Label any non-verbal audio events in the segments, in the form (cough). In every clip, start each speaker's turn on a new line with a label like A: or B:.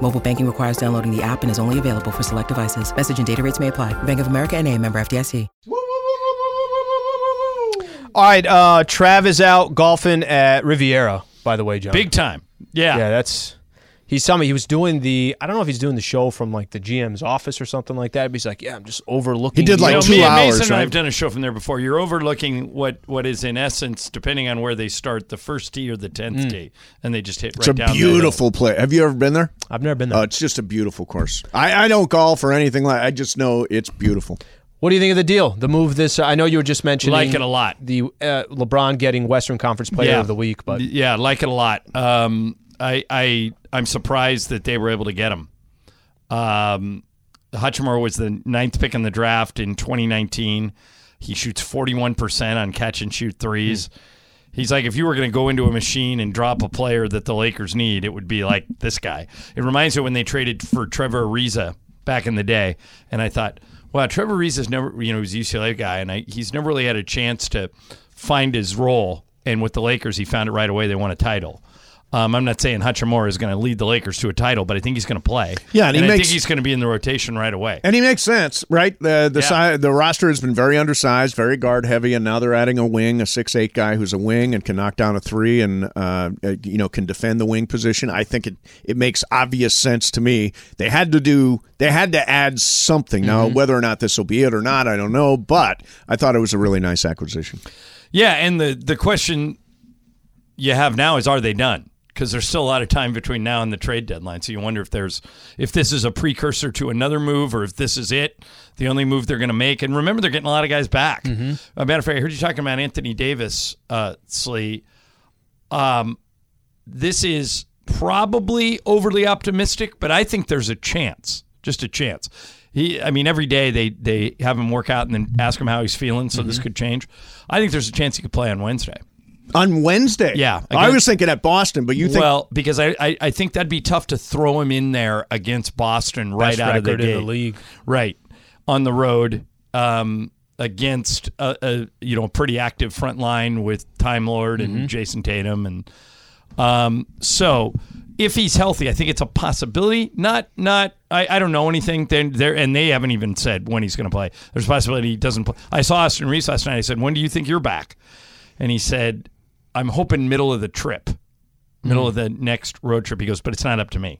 A: Mobile banking requires downloading the app and is only available for select devices. Message and data rates may apply. Bank of America and a member FDIC.
B: All right, uh, Trav is out golfing at Riviera. By the way, John.
C: Big time. Yeah.
B: Yeah, that's. He's telling me he was doing the. I don't know if he's doing the show from like the GM's office or something like that. But he's like, yeah, I'm just overlooking.
D: He did,
B: you."
D: like,
C: No,
D: two
C: me and
D: hours,
C: Mason and I
D: right?
C: have done a show from there before. You're overlooking what what is in essence, depending on where they start, the first tee or the tenth tee, and they just hit
D: Mm. It's
C: right down.
D: a
C: that hill.
D: beautiful place. Have you ever been there?
B: I've never been there.
D: Uh, it's just a beautiful course. I, I don't golf or anything like. I just know it's beautiful.
B: what do you think of the deal? The move this. I know you were just mentioning
C: Like it a lot.
B: The uh, LeBron getting Western Conference Player of the Week, but
C: yeah, I like it a lot. Um, I I I'm surprised that they were able to get him. Um, Hutchmore was the ninth pick in the draft in 2019. He shoots 41 percent on catch and shoot threes. He's like, if you were going to go into a machine and drop a player that the Lakers need, it would be like (laughs) this guy. It reminds me when they traded for Trevor Ariza back in the day, and I thought, wow, Trevor Ariza's never, you know, he's a UCLA guy, and I, he's never really had a chance to find his role. And with the Lakers, he found it right away. They won a title. Um, I'm not saying Hutchamore is going to lead the Lakers to a title, but I think he's going to play.
D: Yeah, and he
C: I think
D: makes-
C: he's going to be in the rotation right away.
D: And he makes sense, right? The the
C: Yeah.
D: si- the roster has been very undersized, very guard heavy, and now they're adding a wing, a six eight guy who's a wing and can knock down a three, and uh, uh, you know can defend the wing position. I think it it makes obvious sense to me. They had to do, they had to add something.
C: Mm-hmm.
D: Now whether or not this will be it or not, I don't know, but I thought it was a really nice acquisition.
C: Yeah, and the the question you have now is, are they done? Because there's still a lot of time between now and the trade deadline, so you wonder if there's if this is a precursor to another move, or if this is it, the only move they're going to make. And remember, they're getting a lot of guys back. A matter of fact, I heard you talking about Anthony Davis, uh, Slee. Um, this is probably overly optimistic, but I think there's a chance, just a chance. He, I mean, every day they they have him work out and then ask him how he's feeling, so
B: Mm-hmm.
C: this could change. I think there's a chance he could play on Wednesday.
D: On Wednesday,
C: Yeah,
D: I
C: against-
D: was thinking at Boston, but you think
C: well, because I, I I think that'd be tough to throw him in there against Boston right
B: best
C: out of the
B: record in the
C: gate.
B: league.
C: right on the road um, against a, a you know a pretty active front line with Time Lord
B: Mm-hmm.
C: and Jason Tatum and um, so if he's healthy, I think it's a possibility. Not not I, I don't know anything. Then there and they haven't even said when he's going to play. There's a possibility he doesn't play. I saw Austin Reese last night. I said, "When do you think you're back?" And he said, "I'm hoping middle of the trip, middle
B: Mm.
C: of the next road trip." He goes, "But it's not up to me."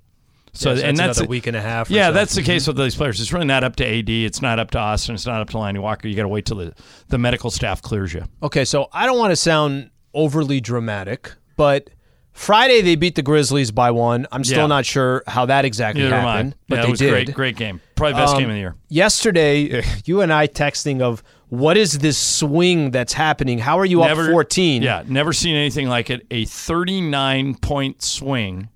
C: So,
B: Yeah, so
C: and
B: that's
C: that's
B: another week and a half or
C: yeah,
B: so.
C: that's the case with
B: Mm-hmm.
C: those players. It's really not up to AD. It's not up to Austin. It's not up to Lonnie Walker. You got to wait till the, the medical staff clears you.
B: Okay, so I don't want to sound overly dramatic, but Friday they beat the Grizzlies by one. I'm still
C: Yeah.
B: not sure how that exactly
C: Neither am I.
B: happened, but
C: yeah,
B: they
C: it was
B: did.
C: great, great game. Probably best
B: Um,
C: game of the year. (laughs)
B: Yesterday, you and I texting of what is this swing that's happening? How are you up 14?
C: Yeah, never seen anything like it. A 39 point swing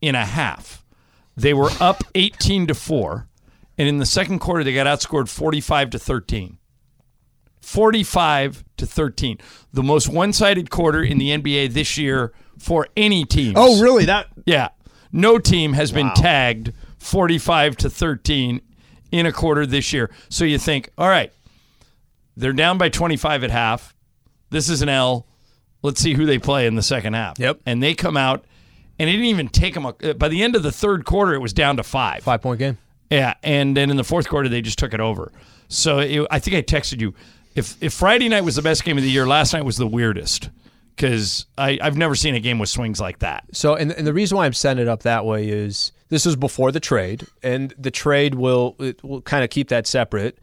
C: in a half. They were up (laughs) 18 to 4, and in the second quarter they got outscored 45 to 13. 45 to 13. The most one-sided quarter in the NBA this year for any team.
D: oh really that
C: Yeah. No team has been tagged 45 to 13 in a quarter this year. So you think, all right, they're down by 25 at half. This is an L. Let's see who they play in the second half.
B: Yep.
C: And they come out, and it didn't even take them. A, by the end of the third quarter, it was down to five.
B: Five point game.
C: Yeah, and then in the fourth quarter they just took it over. So it, I think I texted you if if Friday night was the best game of the year, last night was the weirdest because I've never seen a game with swings like that.
B: So, and, and the reason why I'm setting it up that way is this is before the trade, and the trade will it will kind of keep that separate.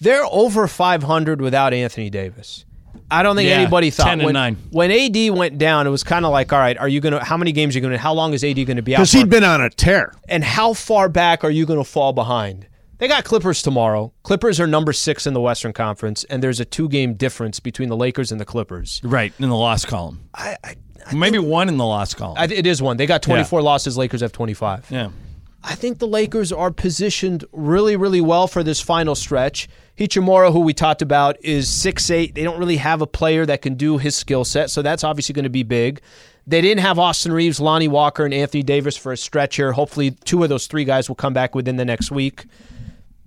B: They're over 500 without Anthony Davis. I don't think
C: Yeah,
B: anybody thought
C: 10 and
B: when,
C: nine.
B: when AD went down, it was kind of like, all right, are you gonna? How many games are you gonna? How long is AD gonna be out?
D: because
B: for?
D: he'd been on a tear.
B: and how far back are you going to fall behind? They got Clippers tomorrow. Clippers are number six in the Western Conference, and there's a two game difference between the Lakers and the Clippers.
C: Right in the loss column. I, maybe one in the loss column.
B: I- It is one. They got 24 losses. Lakers have 25.
C: yeah.
B: I think the Lakers are positioned really, really well for this final stretch. Hichimura, who we talked about, is six eight. They don't really have a player that can do his skill set, so that's obviously going to be big. They didn't have Austin Reeves, Lonnie Walker, and Anthony Davis for a stretch here. Hopefully, two of those three guys will come back within the next week.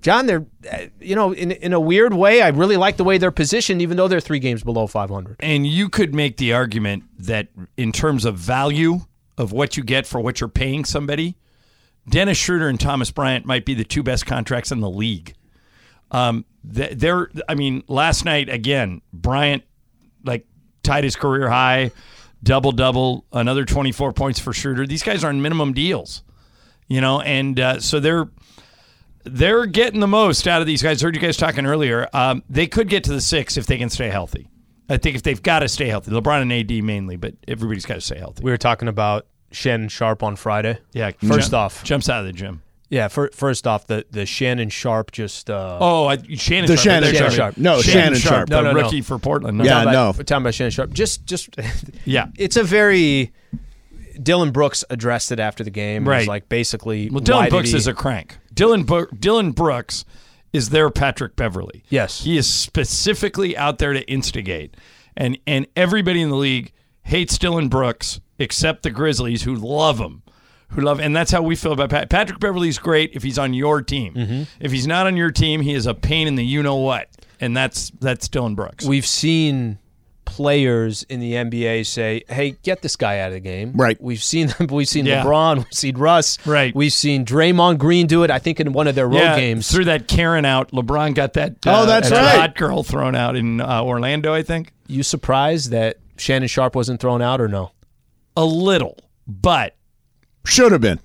B: John, they're uh, you know in in a weird way, I really like the way they're positioned, even though they're three games below 500.
C: And you could make the argument that in terms of value of what you get for what you're paying somebody, Dennis Schroeder and Thomas Bryant might be the two best contracts in the league. Um, th- they're, I mean, last night again, Bryant like tied his career high, double double, another 24 points for Schroeder. These guys are on minimum deals, you know, and uh, so they're they're getting the most out of these guys. I heard you guys talking earlier. Um, they could get to the six if they can stay healthy. I think if they've got to stay healthy, LeBron and AD mainly, but everybody's got to stay healthy.
B: We were talking about Shannon Sharp on Friday.
C: Yeah,
B: First
C: jump-
B: off-
C: jumps out of the gym.
B: Yeah, fir- first off, the the Shannon Sharp just uh,
C: Oh, I, Shannon
D: The
C: Sharp.
D: Shannon
C: They're
B: Sharp.
C: sorry.
D: No, Shannon Sharp.
C: the
B: No, no, no.
C: rookie for Portland. No.
B: We're
D: Yeah,
B: talking about-
D: no.
B: We're talking about Shannon Sharp. Just, just, (laughs)
C: Yeah.
B: It's a very. Dylan Brooks addressed it after the game. It was
C: Right.
B: like basically.
C: Well,
B: why
C: Dylan
B: did
C: Brooks
B: he-
C: is a crank. Dylan Bo- Dylan Brooks is their Patrick Beverly.
B: Yes.
C: he is specifically out there to instigate, and and everybody in the league hates Dylan Brooks except the Grizzlies who love him, who love, and that's how we feel about Pat. Patrick Beverly's great if he's on your team.
B: Mm-hmm.
C: If he's not on your team, he is a pain in the you know what, and that's that's Dylan Brooks.
B: We've seen players in the NBA say, "Hey, get this guy out of the game."
D: Right.
B: We've seen them. (laughs) We've seen
C: Yeah.
B: LeBron. We've seen Russ.
C: Right.
B: We've seen Draymond Green do it. I think in one of their road
C: yeah,
B: games. Oh,
C: threw that Karen out. LeBron got that. uh,
D: that's
C: that
D: right.
C: Hot girl thrown out in uh, Orlando, I think.
B: you surprised that Shannon Sharp wasn't thrown out or no?
C: A little, but
D: Should have been.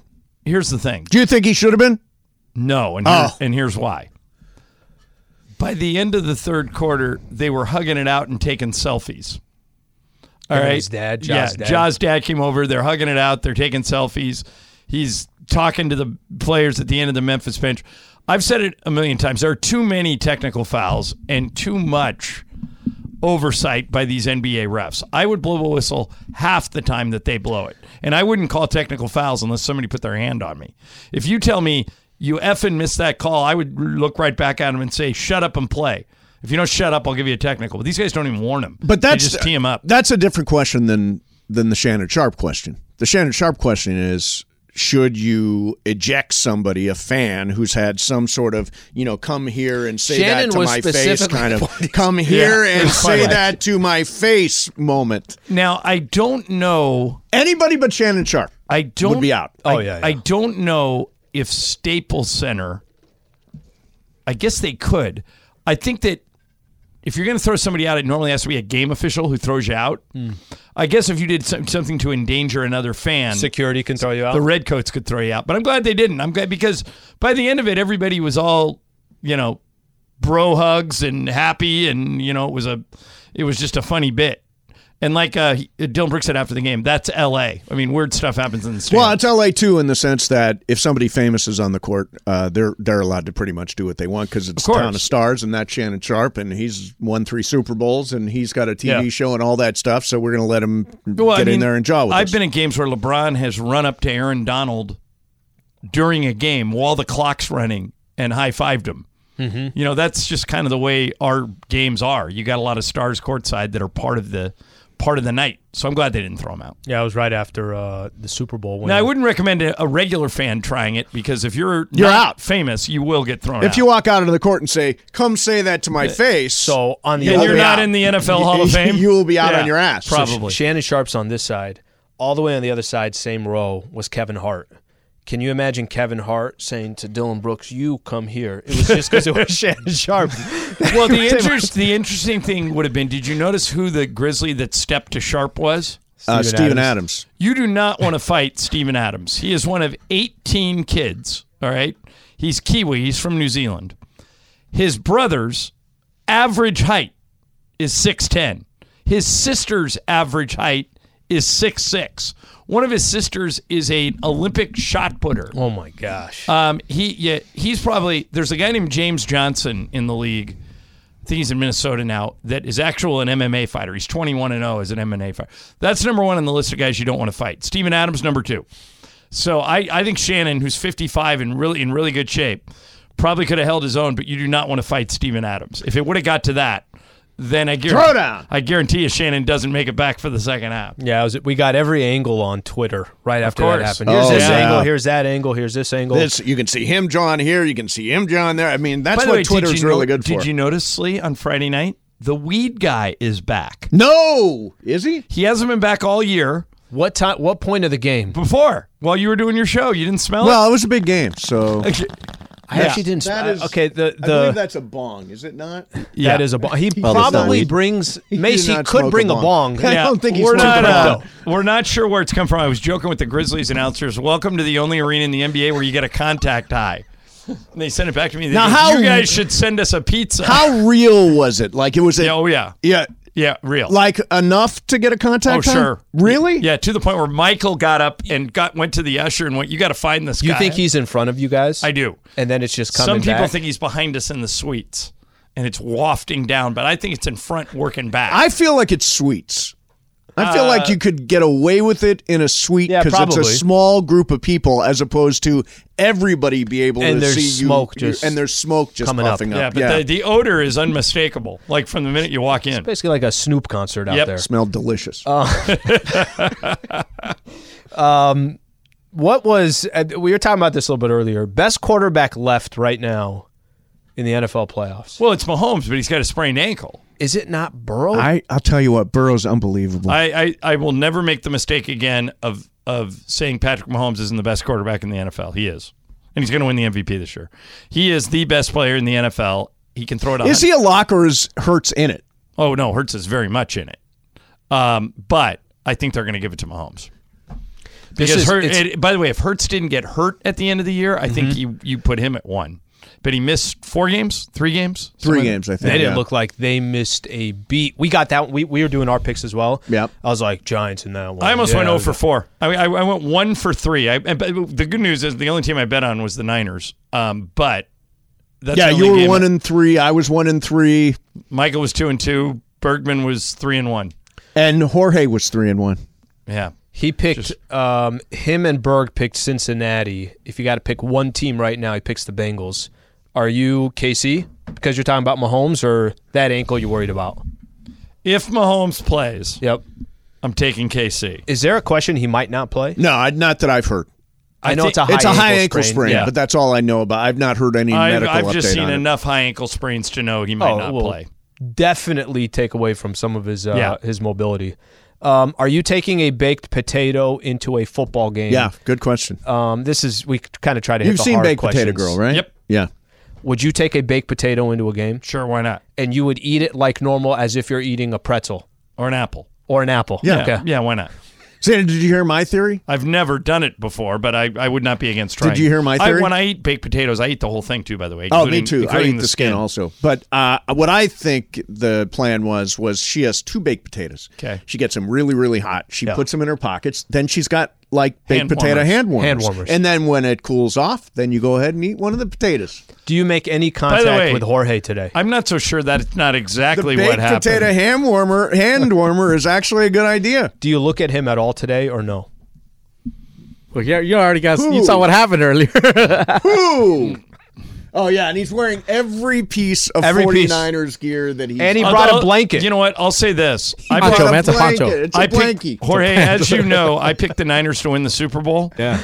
C: here's the thing.
D: Do you think he should have been?
C: No, and here-
D: Oh.
C: and here's why. By the end of the third quarter, they were hugging it out and taking selfies. All right,
B: And his dad, Ja's
C: yeah,
B: dad.
C: Ja's dad came over. They're hugging it out. They're taking selfies. He's talking to the players at the end of the Memphis bench. I've said it a million times. There are too many technical fouls and too much oversight by these NBA refs. I would blow a whistle half the time that they blow it. And I wouldn't call technical fouls unless somebody put their hand on me. If you tell me you effing missed that call, I would look right back at him and say, shut up and play. If you don't shut up, I'll give you a technical. But these guys don't even warn him.
D: But that's
C: they just tee him up.
D: That's a different question than than the Shannon Sharp question. The Shannon Sharp question is should you eject somebody, a fan who's had some sort of, you know, come here and say
B: Shannon
D: that to
B: was
D: my face
B: specifically (laughs)
D: kind
B: pointing-
D: of come here
C: Yeah.
D: and say
C: Right.
D: that to my face moment.
C: now, I don't know.
D: Anybody but Shannon Sharp.
C: I don't
D: be out.
C: I,
B: Oh, yeah, yeah.
C: I don't know if Staples Center. I guess they could. I think that if you're going to throw somebody out, it normally has to be a game official who throws you out. I guess if you did some, something to endanger another fan,
B: Security can throw you out.
C: the Redcoats could throw you out. But I'm glad they didn't. I'm glad because by the end of it, everybody was all, you know, bro hugs and happy, and you know, it was a, it was just a funny bit. And like uh, he- Dylan Brooks said after the game, that's L.A. I mean, weird stuff happens in the stands.
D: Well, it's LA too in the sense that if somebody famous is on the court, uh, they're they're allowed to pretty much do what they want because it's a
C: course.
D: town of stars, and that's Shannon Sharp, and he's won three Super Bowls, and he's got a TV
C: Yeah.
D: show and all that stuff. So we're gonna let him
C: Well, I
D: get
C: mean,
D: in there and jaw with
C: I've
D: us.
C: been in games where LeBron has run up to Aaron Donald during a game while the clock's running and high fived him. You know, that's just kind of the way our games are. You got a lot of stars courtside that are part of the part of the night. So I'm glad they didn't throw him out.
B: yeah, it was right after uh, the Super Bowl. When
C: Now I wouldn't recommend a, a regular fan trying it because if you're
D: You're
C: not
D: out.
C: famous, you will get thrown out. (laughs)
D: if you walk out into the court and say, "Come say that to my face,"
B: so on the
C: and
B: other
C: you're
D: be
C: not
D: out.
C: in Uh, the NFL Hall
D: (laughs)
C: of Fame,
D: you will be out
C: Yeah,
D: on your ass. So
C: Probably.
B: Shannon Sharp's on this side. All the way on the other side, same row, was Kevin Hart. Can you imagine Kevin Hart saying to Dylan Brooks, "You come here"? It was just because it was Shannon Sharp.
C: well, the
D: (laughs)
C: interest, the interesting thing would have been: Did you notice who the Grizzly that stepped to Sharp was?
D: uh,
B: Steven
D: Steven
B: Adams.
D: Adams.
C: You do not want to fight (laughs) Stephen Adams. He is one of 18 kids, all right? He's Kiwi, he's from New Zealand. His brother's average height is 6'10. His sister's average height is 6'6. One of his sisters is an Olympic shot putter.
B: oh my gosh!
C: Um, he yeah, he's probably there's a guy named James Johnson in the league. I think he's in Minnesota now. That is actual an MMA fighter. He's 21 and 0 as an MMA fighter. That's number one on the list of guys you don't want to fight. Steven Adams number two. So I, I think Shannon, who's 55 and really in really good shape, probably could have held his own, but you do not want to fight Steven Adams. If it would have got to that, then I
D: Throw
C: guarantee,
D: down.
C: I guarantee you Shannon doesn't make it back for the second half.
B: Yeah, I was, we got every angle on Twitter right after that
C: course.
B: happened. Here's
D: Oh,
B: this
D: yeah.
B: angle. Here's that angle. Here's this angle.
D: This you can see him John here, you can see him John there. I mean, that's
C: By the
D: what
C: way, did
D: Twitter's
C: you
D: really
C: no-
D: good for.
C: Did you notice, Slee, on Friday night? The weed guy is back.
D: no, is he?
C: He hasn't been back all year
B: What time? What point of the game?
C: before while you were doing your show. You didn't smell
D: Well, it was a big game, so
C: it?
B: I actually didn't.
D: That
B: I-
D: is-
B: okay, the
D: I believe
B: the
D: that's a bong, is it not?
C: Yeah.
B: that is a bong. He
D: not
B: probably
D: weed.
B: brings
D: did
B: Mace. He
D: not
B: could
D: smoke
B: bring a
D: a
B: bong.
D: bong. (laughs)
B: Yeah.
D: I don't think he's
C: we're not.
D: smoking
C: Uh, we're not sure where it's come from. I was joking with the Grizzlies announcers. Welcome to the only arena in the NBA where you get a contact high. And they sent it back to me. They
D: Now
C: go,
D: how-
C: you guys should send us a pizza?
D: How real was it? Like it was a
C: Yeah, oh yeah,
D: yeah,
C: yeah, real.
D: like enough to get a
C: oh
D: contact. time?
C: sure,
D: really?
C: Yeah, to the point where Michael got up and got went to the usher and went. You got to find this
B: You
C: guy.
B: think he's in front of you guys?
C: I do.
B: And then it's just coming.
C: Some people
B: back?
C: think he's behind us in the suites, and it's wafting down. But I think it's in front, working back.
D: I feel like it's sweets. I feel like you could get away with it in a suite
B: Uh, Yeah,
D: because it's
B: probably.
D: a small group of people, as opposed to everybody be able
B: And
D: to
B: there's
D: see you-
B: smoke
D: you.
B: just
D: and there's smoke just
B: coming up.
D: puffing up.
C: yeah, but The, the odor is unmistakable. Like from the minute you walk in.
B: basically like a Snoop concert out
C: Yep.
B: there.
D: smelled delicious.
B: Uh-huh. What was uh, we were talking about this a little bit earlier? Best quarterback left right now in the NFL playoffs.
C: Well, it's Mahomes, but he's got a sprained ankle.
B: Is it not Burrow?
D: I I'll tell you what, Burrow's unbelievable.
C: I, I, I will never make the mistake again of of saying Patrick Mahomes isn't the best quarterback in the NFL. He is, and he's going to win the MVP this year. He is the best player in the NFL. He can throw it.
D: is
C: 100
D: he a lock or is Hurts in it?
C: Oh no, Hertz is very much in it. Um, but I think they're going to give it to Mahomes.
B: This
C: Because
B: is-
C: Hurts-
B: it's-
C: it- by the way, if Hertz didn't get hurt at the end of the year, I think you you put him at one. But he missed four games, three games,
D: Three games, I think.
B: They didn't
D: yeah.
B: look like they missed a beat. We got that. We, we were doing our picks as well.
D: Yep.
B: I was like Giants in that one.
C: I almost
B: Yeah,
C: went
B: I
C: 0
B: was
C: for
B: like,
C: 4. I, I, I went 1 for 3. I, I- but the good news is the only team I bet on was the Niners. Um, but that's
D: Yeah,
C: the
D: you
C: only
D: were
C: game-
D: one and three. I was one and three,
C: Michael was 2 and 2. Bergman was 3 and 1.
D: and Jorge was three and one.
C: Yeah.
B: He picked um, him and Berg picked Cincinnati. If you got to pick one team right now, he picks the Bengals. Are you KC because you're talking about Mahomes or that ankle you're worried about?
C: If Mahomes plays,
B: Yep.
C: I'm taking KC.
B: Is there a question he might not play?
D: No, I- not that I've heard.
B: I, know
C: thi-
B: it's a high
D: it's a
B: ankle
D: high ankle sprain,
B: Yeah.
D: but that's all I know about. I've not heard any
C: I've,
D: medical
C: I've
D: update
C: just seen
D: on it.
C: enough high ankle sprains to know he might
B: Oh,
C: not
B: well,
C: play.
B: definitely take away from some of his uh,
C: Yeah.
B: his mobility. Um, are you taking a baked potato into a football game?
D: Yeah, good question.
B: Um, this is we kind of try to. hit
D: You've
B: the
D: seen
B: hard
D: Baked Potato
B: questions.
D: Girl, right?
C: Yep.
D: Yeah.
B: Would you take a baked potato into a game
C: Sure, why not?
B: and you would eat it like normal, as if you're eating a pretzel
C: Or an apple.
B: or an apple?
D: Yeah.
B: Okay.
C: Yeah, why not?
D: Santa, did you hear my theory?
C: I've never done it before, but I, I would not be against trying.
D: you hear my
C: I-
D: theory?
C: when I eat baked potatoes, I eat the whole thing too. By the way,
D: Oh, me
C: including-
D: too. I
C: including
D: eat the, skin, also. But uh, what I think the plan was was she has two baked potatoes.
C: Okay.
D: She gets them really, really hot. She puts them in her pockets. Then she's got like baked
C: Hand
D: potato
C: warmers.
D: hand warmers.
B: Hand warmers.
D: And then when it cools off, then you go ahead and eat one of the potatoes.
B: Do you make any contact
C: way-
B: with Jorge today?
C: I'm not so sure that's not
D: The
C: exactly
D: baked
C: what happened.
D: potato hand warmer hand warmer is actually a good idea.
B: Do you look at him at all today or no?
E: Well, you you already got you saw what happened earlier.
D: Ooh. Oh yeah, and he's wearing every piece of
B: Every piece.
D: 49ers gear that he's
B: And he
D: on.
B: brought a
C: I'll-
B: blanket.
C: You know what? I'll say this. I
E: Poncho,
D: Got
E: man, it's a poncho.
D: blanket. It's a
C: I
D: blankie.
C: picked, Jorge, as you know, I picked the Niners to win the Super Bowl.
E: Yeah.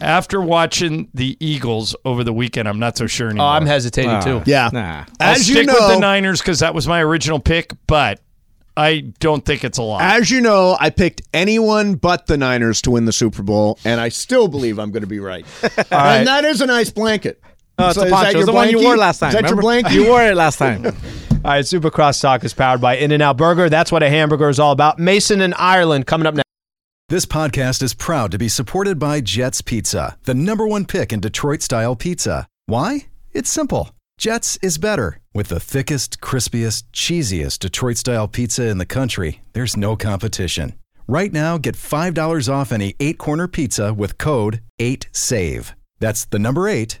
C: After watching the Eagles over the weekend, I'm not so sure
B: oh,
C: anymore.
B: I'm hesitating too.
D: Ah. Yeah.
E: Nah.
C: I'll
D: As
C: stick
D: you
C: with the
D: know,
C: Niners because that was my original pick, but I don't think it's a lot.
D: as you know, I picked anyone but the Niners to win the Super Bowl, and I still believe I'm going to be right.
B: right.
D: (laughs) And that is a nice blanket.
E: No, it's
D: So
E: a
D: is
E: poncho.
D: that your
E: It's the one you
D: blankie?
E: wore last time.
D: Is that your
E: remember?
D: blanket?
E: You wore it last time.
B: All right, Supercross Talk is powered by In and Out Burger. That's what a hamburger is all about. Mason in Ireland coming up next.
F: This podcast is proud to be supported by Jets Pizza, the number one pick in Detroit style pizza. Why? It's simple. Jets is better. With the thickest, crispiest, cheesiest Detroit style pizza in the country, there's no competition. Right now, get $5 off any eight corner pizza with code 8SAVE. That's the number eight,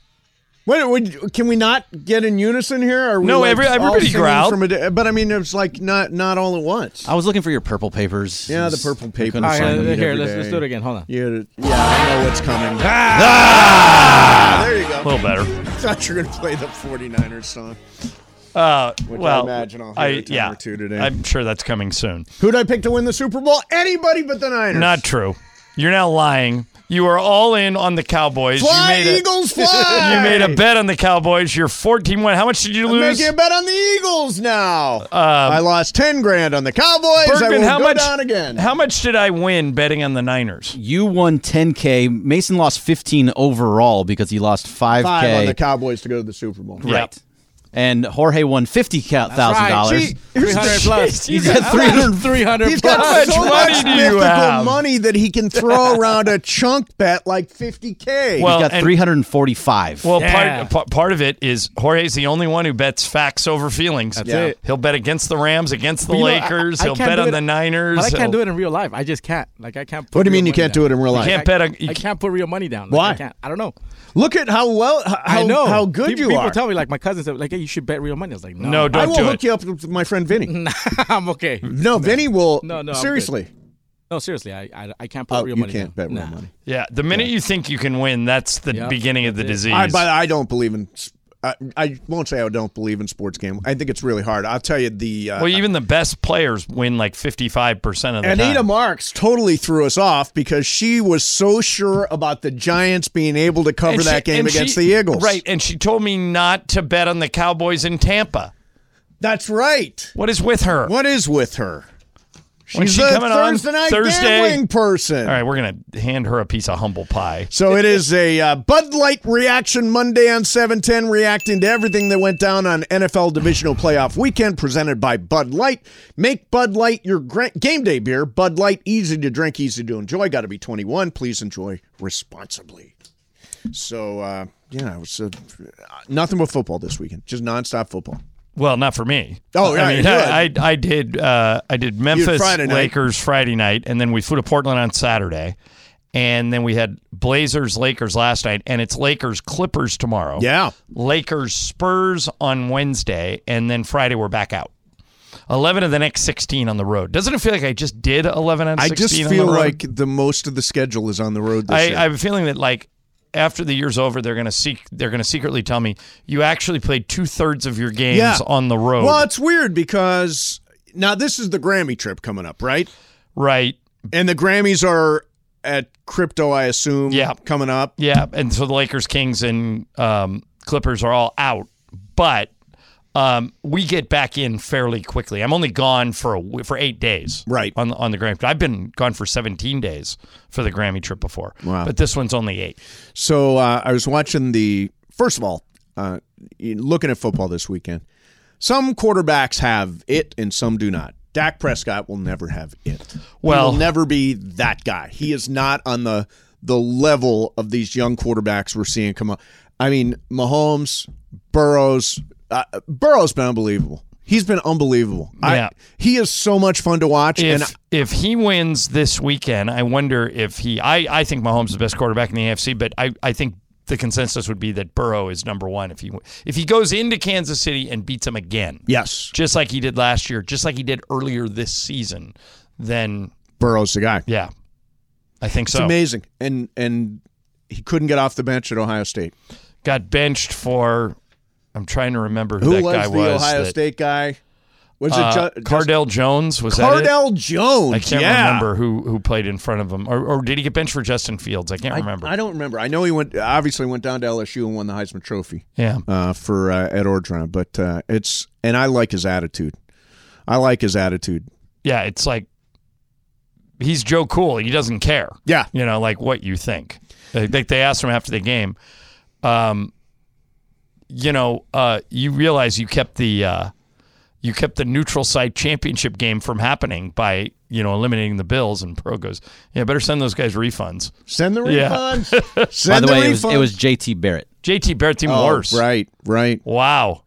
D: Wait, would, can we not get in unison here? Are we
C: No,
D: like
C: every-
D: all
C: everybody
D: singing
C: growled.
D: From a, di- but I mean, it's like not not all at once.
G: I was looking for your purple papers.
D: Yeah, the
G: Just-
D: purple
G: I
D: papers.
G: couldn't
E: All right,
G: find them.
D: Every
E: here, let's,
D: day.
E: let's do it again. Hold on.
D: You, yeah, I know what's coming.
C: Ah!
D: Ah, There you
C: A
D: go.
C: little better.
D: I thought you were going to play the 49ers song.
C: Uh,
D: Which I
C: well,
D: imagine I'll hear a time
C: yeah,
D: or two today.
C: I'm sure that's coming soon.
D: Who'd I pick to win the Super Bowl? Anybody but the Niners.
C: Not true. You're now lying. You are all in on the Cowboys.
D: Fly,
C: you made a, (laughs)
D: Eagles, fly!
C: You made a bet on the Cowboys. You're 14-1. How much did you
D: I'm
C: lose?
D: making a bet on the Eagles now. I lost 10 grand on the Cowboys. I
C: Um, Bergman,
D: will
C: how
D: go
C: much?
D: down again.
C: How much did I win betting on the Niners?
G: You won 10K. Mason lost 15 overall because he lost 5K.
D: Five on the Cowboys to go to the Super Bowl.
G: Right. And Jorge won $50,000.
D: See, here's the
E: 300 plus.
G: He's at 300
E: 300
D: He's got
E: plus.
C: much
D: so
C: money
D: much
C: do you
D: mythical
C: have?
D: money that he can throw around a chunk bet like 50k.
C: Well,
G: He got
C: and-
G: 345.
C: Well,
E: Yeah.
C: part, part part of it is Jorge's the only one who bets facts over feelings. That's
D: Yeah. it.
C: He'll bet against the Rams, against the
E: You know, I-
C: Lakers.
E: I
C: He'll
E: can't
C: bet
E: do
C: on
E: it-
C: the Niners.
E: But I
C: He'll-
E: can't do it in real life. I just can't. Like I can't. Put
D: what do you
E: real
D: mean you
E: money
D: can't
E: down.
D: do it in real life?
C: can't-
E: I-
C: bet on- you
E: I
C: c-
E: can't put real money down. Like,
D: Why?
E: I, can't. I don't know.
D: Look at how well, how,
E: I know
D: how good
E: people,
D: you
E: people
D: are.
E: tell me like my cousins are like, hey, you should bet real money. I was like, no,
C: No, don't
D: I will
C: do
D: hook
C: it.
D: you up with my friend Vinny.
E: I'm okay.
D: No, Vinny will.
E: No, no, I'm
D: seriously.
E: No, seriously, I I, I can't put
D: Oh,
E: real
D: you
E: money.
D: can't
E: down.
D: bet real
E: Nah.
D: money.
C: Yeah, the minute you think you can win, that's the
E: Yep,
C: beginning of the disease.
D: I, but I don't believe in. s- I, I won't say I don't believe in sports gambling. I think it's really hard. I'll tell you the. Uh,
C: well, even the best players win like fifty-five percent of the time.
D: Anita Marks totally threw us off because she was so sure about the Giants being able to cover
C: And
D: that
C: she-
D: game
C: and
D: against
C: she-
D: the Eagles.
C: right? And she told me not to bet on the Cowboys in Tampa.
D: That's right.
C: What is with her?
D: What is with her?
C: When's
D: She's
C: she
D: a
C: coming on?
D: Thursday night
C: Thursday?
D: gambling person.
C: All right, we're gonna hand her a piece of humble pie.
D: So it is a uh, Bud Light reaction Monday on 710, reacting to everything that went down on NFL divisional playoff weekend, presented by Bud Light. Make Bud Light your gra- game day beer. Bud Light, easy to drink, easy to enjoy. Got to be 21. Please enjoy responsibly. So uh, yeah, it was uh, nothing but football this weekend. Just nonstop football.
C: Well, not for me.
D: Oh, yeah,
C: I mean, (laughs)
D: you
C: I,
D: had-
C: I, I did. Uh, I did Memphis
D: Friday night.
C: Lakers Friday night, and then we flew to Portland on Saturday, and then we had Blazers Lakers last night, and it's Lakers Clippers tomorrow.
D: Yeah.
C: Lakers Spurs on Wednesday, and then Friday we're back out. Eleven of the next sixteen on the road. Doesn't it feel like I just did eleven out of
D: I
C: sixteen?
D: just
C: on the
D: feel
C: road?
D: like the most of the schedule is on the road this
C: I,
D: year.
C: I have a feeling that like after the year's over, they're gonna seek. They're gonna secretly tell me you actually played two thirds of your games
D: Yeah.
C: on the road.
D: well, it's weird because now this is the Grammy trip coming up, right?
C: Right.
D: And the Grammys are at crypto, I assume.
C: Yeah.
D: coming up.
C: Yeah, and so the Lakers, Kings, and um, Clippers are all out, but um, we get back in fairly quickly. I'm only gone for a w for eight days,
D: Right.
C: On on the Grammy, I've been gone for 17 days for the Grammy trip before, wow. but this one's only eight.
D: So uh, I was watching the first of all, uh, looking at football this weekend. Some quarterbacks have it, and some do not. Dak Prescott will never have it.
C: Well-
D: he will never be that guy. He is not on the the level of these young quarterbacks we're seeing come up. I mean, Mahomes, Burrows, uh, Burrows been unbelievable. He's been unbelievable.
C: Yeah.
D: I, he is so much fun to watch,
C: If
D: and
C: if he wins this weekend, I wonder if he. I I think Mahomes is the best quarterback in the AFC, but I I think. The consensus would be that Burrow is number one if he if he goes into Kansas City and beats him again.
D: yes,
C: just like he did last year, just like he did earlier this season, then
D: Burrow's the guy.
C: yeah, I think
D: It's
C: so.
D: amazing, and and he couldn't get off the bench at Ohio State.
C: Got benched for. I'm trying to remember who,
D: Who
C: that
D: was
C: guy
D: the
C: was.
D: Ohio
C: that-
D: State guy? Was
C: uh,
D: it Ju-
C: Cardell Jones was
D: just-
C: that it?
D: Cardell Jones?
C: I can't
D: yeah.
C: remember who who played in front of him, or, or did he get benched for Justin Fields? I can't
D: I,
C: remember.
D: I don't remember. I know he went obviously went down to LSU and won the Heisman Trophy
C: yeah,
D: uh, for uh, Ed Ordron, but uh, it's and I like his attitude. I like his attitude.
C: Yeah, it's like he's Joe Cool. He doesn't care.
D: Yeah.
C: you know, like what you think. Like like they asked him after the game, um, you know, uh, you realize you kept the uh, you kept the neutral site championship game from happening by you know eliminating the Bills. And Pro goes, yeah, better send those guys refunds.
D: Send the
C: Yeah. (laughs)
D: refunds.
G: By
D: Send
G: the way, it was,
D: refunds.
G: it was JT Barrett.
C: JT Barrett even
D: Oh,
C: worse.
D: Right, right.
C: Wow,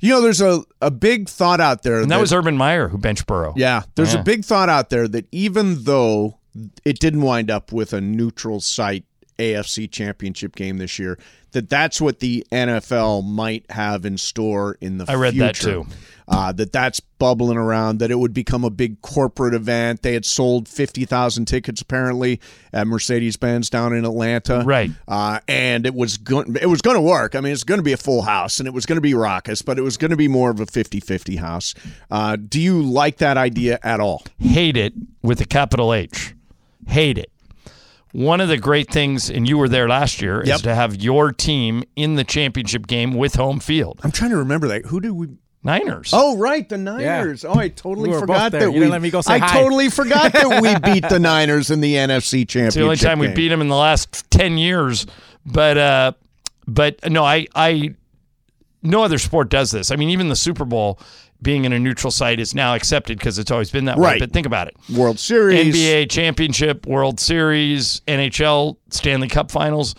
D: You know, there's a, a big thought out there.
C: and that was Urban Meyer who benched Burrow.
D: Yeah, there's a big thought out there that even though it didn't wind up with a neutral site AFC championship game this year, that that's what the NFL might have in store in the
C: I
D: future.
C: read that too.
D: Uh, that that's bubbling around, that it would become a big corporate event. They had sold 50,000 tickets apparently at Mercedes-Benz down in Atlanta.
C: Right.
D: Uh, and it was going it was going to work. I mean, it's going to be a full house and it was going to be raucous, but it was going to be more of a 50-50 house. Uh, do you like that idea at all?
C: hate it with a capital H. Hate it. One of the great things, and you were there last year, is
D: Yep.
C: to have your team in the championship game with home field.
D: I'm trying to remember that. Who did we
C: Niners.
D: Oh, right, the Niners. Oh, I totally
E: We were both
D: forgot
E: there.
D: that
E: You
D: we
E: didn't let me go say
D: I
E: hi.
D: totally forgot that we
E: (laughs)
D: beat the Niners in the NFC championship.
C: it's the only time we
D: game.
C: beat them in the last ten years. But uh, but no, I I no other sport does this. I mean, even the Super Bowl being in a neutral site is now accepted because it's always been that way.
D: Right.
C: But think about it.
D: World Series.
C: NBA championship, World Series, NHL, Stanley Cup Finals.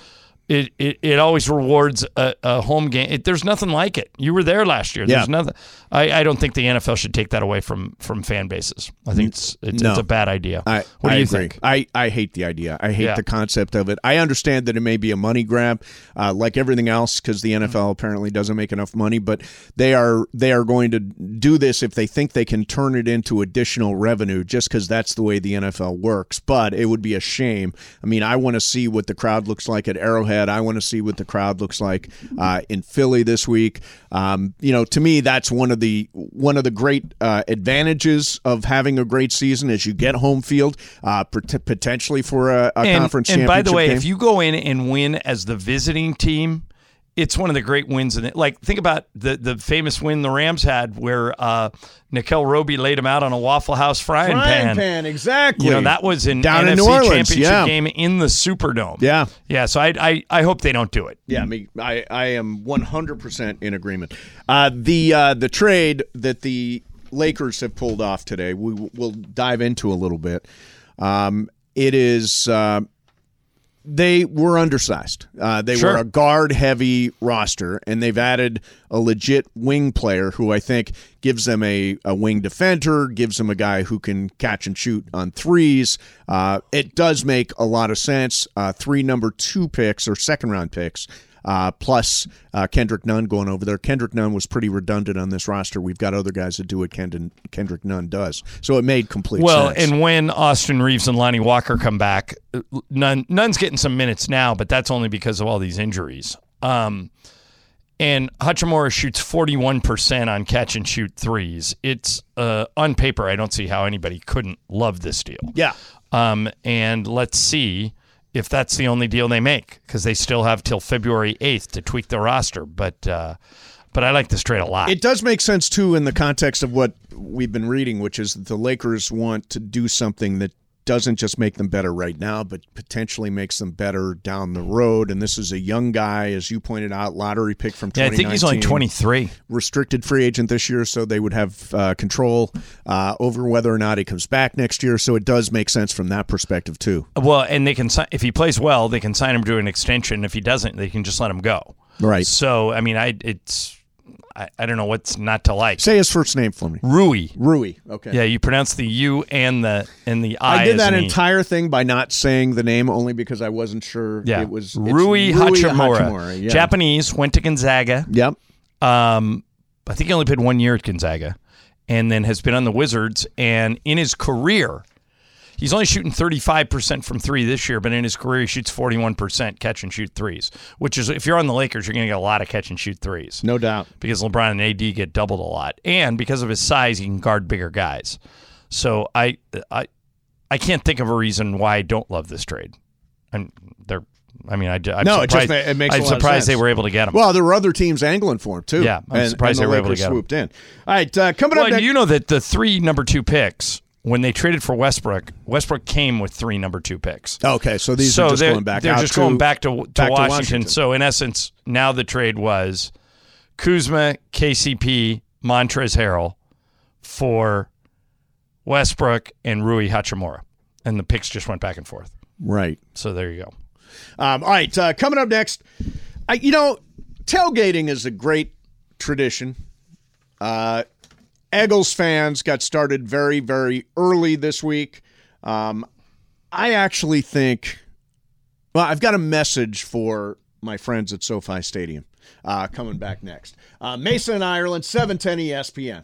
C: It it, it always rewards a, a home game. It, there's nothing like it. You were there last year. There's
D: Yeah.
C: nothing. I, I don't think the NFL should take that away from from fan bases. I think it's it's,
D: No.
C: it's a bad idea.
D: I,
C: what
D: I
C: do you
D: agree.
C: think?
D: I, I hate the idea. I hate
C: Yeah.
D: the concept of it. I understand that it may be a money grab, uh, like everything else, because the NFL apparently doesn't make enough money. But they are they are going to do this if they think they can turn it into additional revenue, just because that's the way the NFL works. But it would be a shame. I mean, I want to see what the crowd looks like at Arrowhead. I want to see what the crowd looks like uh, in Philly this week. Um, you know, to me, that's one of the one of the great uh, advantages of having a great season is you get home field uh, pot- potentially for a, a
C: and,
D: conference
C: and
D: championship
C: by the way,
D: game.
C: if you go in and win as the visiting team, it's one of the great wins in it. Like think about the the famous win the Rams had where uh, Nickel Roby laid him out on a Waffle House frying,
D: exactly.
C: You know, that was an
D: Down
C: NFC
D: in New Orleans,
C: championship
D: yeah.
C: game in the Superdome.
D: Yeah.
C: Yeah. So I, I, I hope they don't do it.
D: Yeah, I mean, I, I am 100% in agreement. Uh, the uh, the trade that the Lakers have pulled off today, we will we'll dive into a little bit. Um, it is uh, they were undersized. Uh, they
C: Sure.
D: were a guard heavy roster, and they've added a legit wing player who I think gives them a, a wing defender, gives them a guy who can catch and shoot on threes. Uh, it does make a lot of sense. Uh, three number two picks or second round picks. Uh, plus uh, Kendrick Nunn going over there. Kendrick Nunn was pretty redundant on this roster. We've got other guys that do what Kendrick, Kendrick Nunn does, so it made complete
C: Well,
D: sense.
C: and when Austin Reeves and Lonnie Walker come back, uh, none none's getting some minutes now, but that's only because of all these injuries. Um, and Hutchamore shoots 41% on catch and shoot threes. It's uh, on paper. I don't see how anybody couldn't love this deal.
D: yeah,
C: Um, and let's see if that's the only deal they make because they still have till February 8th to tweak the roster. But uh, but I like this trade a lot.
D: It does make sense too in the context of what we've been reading, which is that the Lakers want to do something that doesn't just make them better right now, but potentially makes them better down the road. And this is a young guy, as you pointed out, lottery pick from.
C: yeah, I think he's only
D: 2019
C: 23.
D: restricted free agent this year, so they would have uh, control uh, over whether or not he comes back next year. So it does make sense from that perspective too.
C: Well, and they can sign if he plays well, they can sign him to an extension. If he doesn't, they can just let him go.
D: Right.
C: So I mean, I it's I, I don't know what's not to like.
D: Say his first name for me.
C: Rui.
D: Rui. Okay.
C: Yeah, you pronounce the U and the and the I.
D: I did
C: as
D: that
C: an E.
D: entire thing by not saying the name only because I wasn't sure
C: Yeah,
D: it was it's
C: Rui, Hachimura,
D: Hachimura, yeah.
C: Japanese, went to Gonzaga.
D: Yep.
C: Um, I think he only played one year at Gonzaga, and then has been on the Wizards. And in his career, he's only shooting 35% from three this year, but in his career, he shoots 41% catch and shoot threes, which is if you're on the Lakers, you're going to get a lot of catch and shoot threes
D: No doubt.
C: because LeBron and AD get doubled a lot, and because of his size, he can guard bigger guys. So I I I can't think of a reason why I don't love this trade. And they're I mean, I, am
D: No, it just
C: surprised,
D: ma- it makes a
C: I'm
D: lot of
C: surprised they
D: sense.
C: were able to get him.
D: Well, there were other teams angling for him too.
C: Yeah, I'm
D: and,
C: surprised
D: and the
C: they were able to
D: Lakers
C: get him.
D: swooped in. All right, uh, coming
C: Well,
D: up next.
C: you know that the three number two picks when they traded for Westbrook, Westbrook came with three number two picks.
D: okay, so these
C: so
D: are just
C: they're,
D: going back.
C: they're
D: out
C: just going back to, to,
D: back to
C: Washington.
D: Washington.
C: So in essence, now the trade was Kuzma, KCP, Montrez Harrell for Westbrook and Rui Hachimura, and the picks just went back and forth.
D: right.
C: So there you go.
D: Um, all right, uh, coming up next, I, you know, tailgating is a great tradition. Uh, Eagles fans got started very, very early this week. Um, I actually think, well, I've got a message for my friends at SoFi Stadium uh, coming back next. Uh, Mason, Ireland, E 710 ESPN.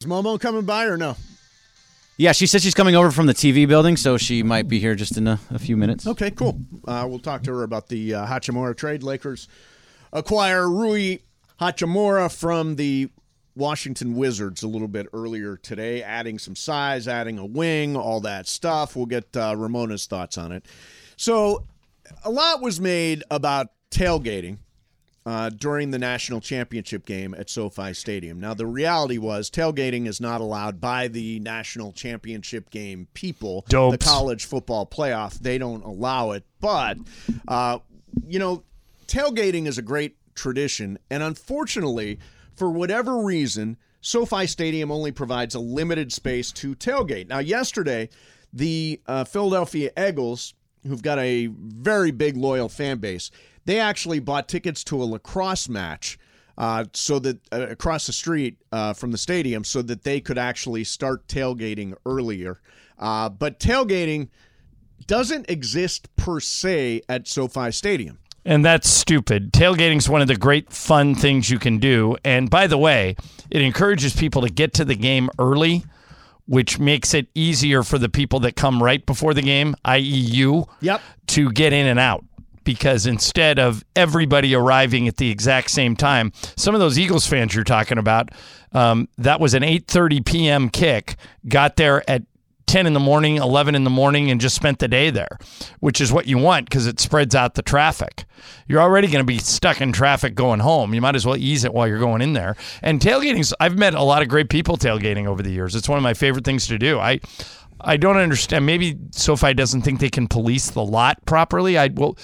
D: Is Momo coming by or no?
G: Yeah, she said she's coming over from the TV building, so she might be here just in a, a few minutes.
D: Okay, cool. Uh, we'll talk to her about the uh, Hachimura trade. Lakers acquire Rui Hachimura from the Washington Wizards a little bit earlier today, adding some size, adding a wing, all that stuff. We'll get uh, Ramona's thoughts on it. So, a lot was made about tailgating uh, during the national championship game at SoFi Stadium. Now, the reality was tailgating is not allowed by the national championship game people. The
C: Dopes.
D: college football playoff, they don't allow it. But, uh, you know, tailgating is a great tradition. And unfortunately, for whatever reason, SoFi Stadium only provides a limited space to tailgate. Now, yesterday, the uh, Philadelphia Eagles who've got a very big loyal fan base, they actually bought tickets to a lacrosse match. Uh, so that uh, across the street uh, from the stadium, so that they could actually start tailgating earlier. Uh, but tailgating doesn't exist per se at SoFi Stadium.
C: And that's stupid. Tailgating's one of the great fun things you can do. And by the way, it encourages people to get to the game early, which makes it easier for the people that come right before the game, i.e., you,
D: Yep.
C: to get in and out. Because instead of everybody arriving at the exact same time, some of those Eagles fans you're talking about, um, that was an 8:30 p.m. kick. Got there at 10 in the morning, 11 in the morning, and just spent the day there, which is what you want because it spreads out the traffic. You're already going to be stuck in traffic going home. You might as well ease it while you're going in there. And tailgating's, I've met a lot of great people tailgating over the years. It's one of my favorite things to do. I, I don't understand. Maybe SoFi doesn't think they can police the lot properly. I well,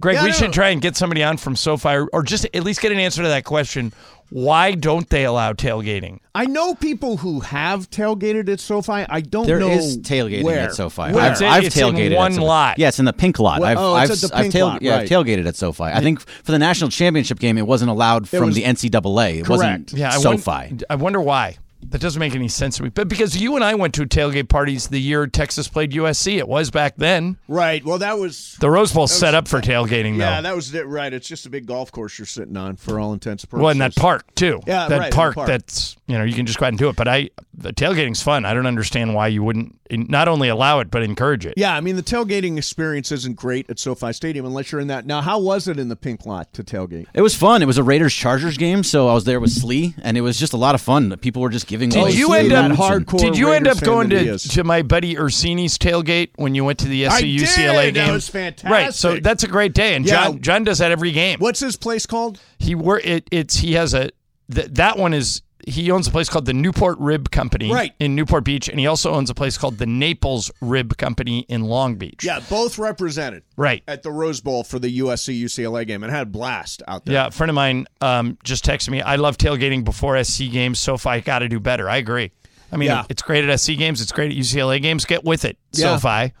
C: Greg,
D: Yeah, I
C: we
D: don't-
C: should try and get somebody on from SoFi, or- or just at least get an answer to that question. Why don't they allow tailgating?
D: I know people who have tailgated at SoFi. I don't
G: There
D: know
G: is tailgating
D: where.
G: at SoFi.
D: Where?
G: I've,
C: It's in-
G: I've
C: it's in
G: tailgated at
C: one
G: SoFi.
C: lot.
G: Yeah, it's in the pink lot.
D: Well,
G: I've,
D: oh,
G: I've,
D: it's at the
G: I've
D: pink lot,
G: yeah, I've
D: right.
G: tailgated at SoFi. I think for the national championship game, it wasn't allowed from
D: was-
G: the NCAA. It
D: Correct.
G: wasn't
C: Yeah, I won-
G: SoFi.
C: I wonder why. That doesn't make any sense to me. But because you and I went to tailgate parties the year Texas played USC, it was back then.
D: Right. Well, that was
C: The Rose Bowl set up for tailgating
D: yeah,
C: though.
D: that was it. Right. It's just a big golf course you're sitting on for all intents and purposes.
C: well, in that park too.
D: Yeah,
C: that
D: right, in the
C: park,
D: park.
C: that's you know you can just go out and do it. But I, the tailgating's fun. I don't understand why you wouldn't not only allow it but encourage it.
D: Yeah, I mean the tailgating experience isn't great at SoFi Stadium unless you're in that. Now, how was it in the pink lot to tailgate?
G: It was fun. It was a Raiders Chargers game, so I was there with Slee, and it was just a lot of fun. People were just giving.
C: Did
D: Oh,
G: away
C: you
G: food
C: end
G: and
C: up
G: options.
D: hardcore
C: Did you end
D: Raiders
C: up going
D: fan that he
C: to,
D: is.
C: to my buddy Ursini's tailgate when you went to the
D: I
C: SC UCLA
D: did! That
C: game?
D: was fantastic.
C: Right, so that's a great day, and
D: Yeah.
C: John John does that every game.
D: What's his place called?
C: He wor- it, it's he has a th- that one is he owns a place called the Newport Rib Company
D: Right.
C: in Newport Beach, and he also owns a place called the Naples Rib Company in Long Beach.
D: Yeah, both represented
C: right.
D: at the Rose Bowl for the USC UCLA game and had a blast out there.
C: Yeah, a friend of mine um, just texted me. I love tailgating before SC games. SoFi got to do better. I agree. I mean,
D: Yeah.
C: it's great at SC games. It's great at UCLA games. Get with it,
D: Yeah.
C: SoFi.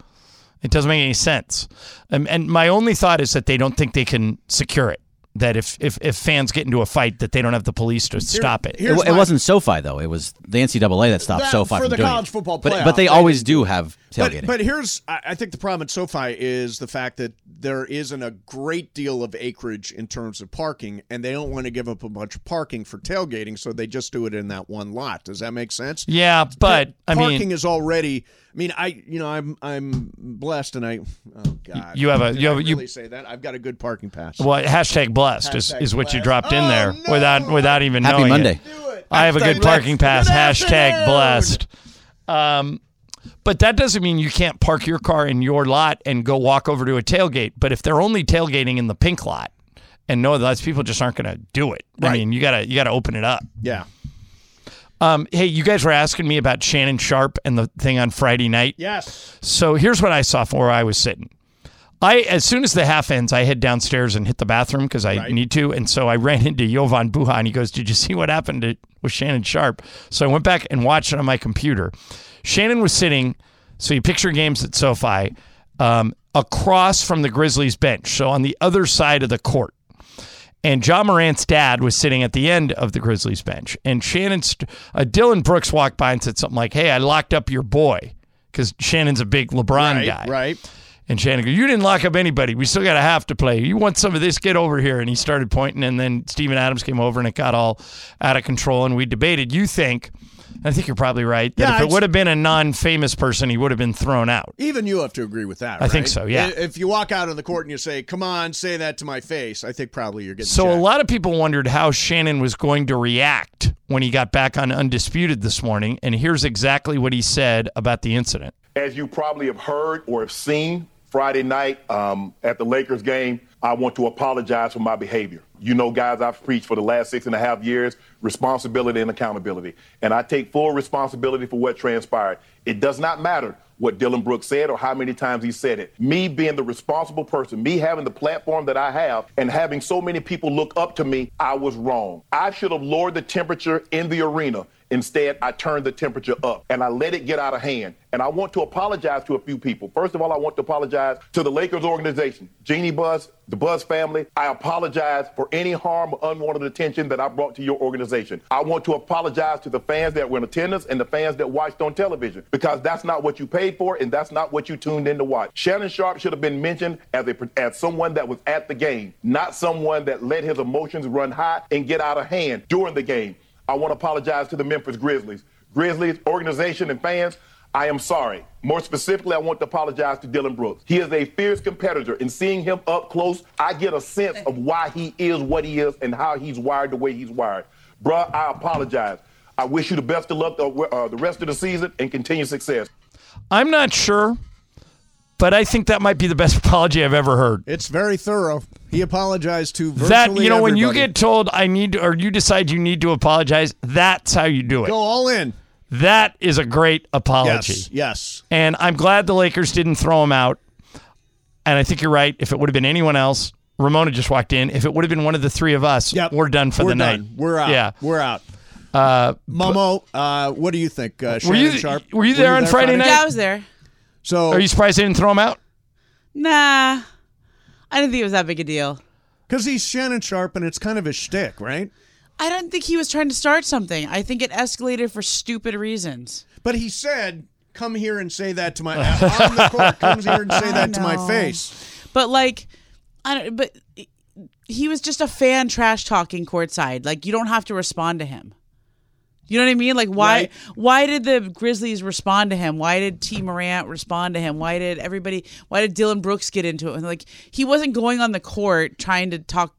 C: It doesn't make any sense. Um, and my only thought is that they don't think they can secure it. That if, if, if fans get into a fight, that they don't have the police to stop it.
G: It,
D: Here's
G: it
D: my-
G: wasn't SoFi though. It was the NCAA that stopped
D: That-
G: SoFi
D: for
G: from
D: the
G: doing
D: college
G: it.
D: football
G: But,
D: playoff,
G: but they
D: they
G: always do have tailgating.
D: But, but here's, I I think the problem at SoFi is the fact that there isn't a great deal of acreage in terms of parking, and they don't want to give up a bunch of parking for tailgating, so they just do it in that one lot. Does that make sense?
C: Yeah, but I
D: parking
C: mean,
D: is already. I mean, I you know I'm I'm blessed, and I oh god,
C: you have a-
D: Did
C: you
D: I
C: have a- you-
D: really say that I've got a good parking pass.
C: well, hashtag blessed is,
D: Hashtag
C: is what you
D: blessed.
C: dropped in
D: Oh,
C: there
D: no!
C: without without even
G: Happy
C: knowing
G: Monday.
C: it. I have a good parking pass. Hashtag blessed. Um, but that doesn't mean you can't park your car in your lot and go walk over to a tailgate. But if they're only tailgating in the pink lot and no other lots, people just aren't going to do it. I mean, you gotta you gotta open it up.
D: Yeah,
C: Um, hey, you guys were asking me about Shannon Sharp and the thing on Friday night.
D: yes,
C: So here's what I saw from where I was sitting. I as soon as the half ends, I head downstairs and hit the bathroom because I need to. And so I ran into Jovan Buha and he goes, Did you see what happened to, with Shannon Sharp? So I went back and watched it on my computer. Shannon was sitting, so you picture games at SoFi, um, across from the Grizzlies bench. So on the other side of the court. And John Morant's dad was sitting at the end of the Grizzlies bench. And Shannon, st- uh, Dylan Brooks walked by and said something like, Hey, I locked up your boy. Because Shannon's a big LeBron
D: right,
C: guy.
D: right.
C: And Shannon goes, You didn't lock up anybody. We still got a half to play. You want some of this? Get over here. And he started pointing. And then Steven Adams came over and it got all out of control. And we debated. You think, I think you're probably right, that
D: Yeah,
C: if it
D: it's-
C: would have been a non famous person, he would have been thrown out.
D: Even you have to agree with that.
C: I think
D: right?
C: so, yeah.
D: I- If you walk out on the court and you say, "Come on, say that to my face," I think probably you're getting
C: So a
D: jacked.
C: lot of people wondered how Shannon was going to react when he got back on Undisputed this morning. And here's exactly what he said about the incident.
H: As you probably have heard or have seen Friday night um, at the Lakers game, I want to apologize for my behavior. You know, guys, I've preached for the last six and a half years responsibility and accountability. And I take full responsibility for what transpired. It does not matter what Dylan Brooks said or how many times he said it. Me being the responsible person, me having the platform that I have, and having so many people look up to me, I was wrong. I should have lowered the temperature in the arena. Instead, I turned the temperature up and I let it get out of hand. And I want to apologize to a few people. First of all, I want to apologize to the Lakers organization, Jeannie Buzz, the Buzz family. I apologize for any harm or unwanted attention that I brought to your organization. I want to apologize to the fans that were in attendance and the fans that watched on television because that's not what you paid for and that's not what you tuned in to watch. Shannon Sharp should have been mentioned as a as someone that was at the game, not someone that let his emotions run high and get out of hand during the game. I want to apologize to the Memphis Grizzlies. Grizzlies organization and fans, I am sorry. More specifically, I want to apologize to Dylan Brooks. He is a fierce competitor, and seeing him up close, I get a sense of why he is what he is and how he's wired the way he's wired. Bruh, I apologize. I wish you the best of luck the, uh, the rest of the season and continued success.
C: I'm not sure, but I think that might be the best (laughs) apology I've ever heard.
D: It's very thorough. He apologized to virtually
C: That you know, when you
D: everybody.
C: get told I need to, or you decide you need to apologize, that's how you do it. Oh,
D: go all in.
C: That is a great apology.
D: Yes, yes.
C: And I'm glad the Lakers didn't throw him out. And I think you're right. If it would have been anyone else, Ramona just walked in. If it would have been one of the three of us,
D: Yep.
C: we're done for
D: We're
C: the
D: done.
C: night.
D: We're out.
C: Yeah.
D: We're out. Momo, uh, what do you think? Uh,
C: Were
D: Shannon
C: you,
D: Sharp?
C: were you there on Friday night?
I: Yeah, I was there.
D: So,
C: Are you surprised they didn't throw him out?
I: Nah, I didn't think it was that big a deal.
D: because he's Shannon Sharp, and it's kind of his shtick, right?
I: I don't think he was trying to start something. I think it escalated for stupid reasons.
D: But he said, "Come here and say that to
C: (laughs)
D: my on the court. Comes here and say that to my
I: know.
D: face."
I: But like, I don't. But he was just a fan trash talking courtside. Like you don't have to respond to him. You know what I mean? Like why?
D: Right.
I: Why did the Grizzlies respond to him? Why did T Morant respond to him? Why did everybody? Why did Dylan Brooks get into it? And like he wasn't going on the court trying to talk,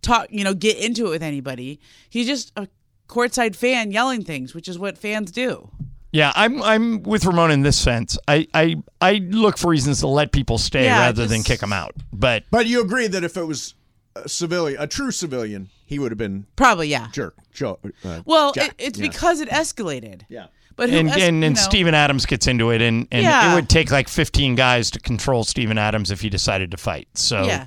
I: talk. You know, get into it with anybody. He's just a courtside fan yelling things, which is what fans do.
C: Yeah, I'm I'm with Ramon in this sense. I I, I look for reasons to let people stay
I: Yeah,
C: rather than
I: just-
C: kick them out. But
D: But you agree that if it was a civilian, a true civilian, he would have been
I: Probably, yeah.
D: jerk. Jo- uh,
I: Well,
D: Jack.
I: it, it's
D: Yeah.
I: because it escalated.
D: Yeah.
I: But who
C: and
I: es-
C: and, and
I: you know.
C: Steven Adams gets into it, and, and
I: Yeah.
C: it would take like 15 guys to control Steven Adams if he decided to fight. So
I: Yeah.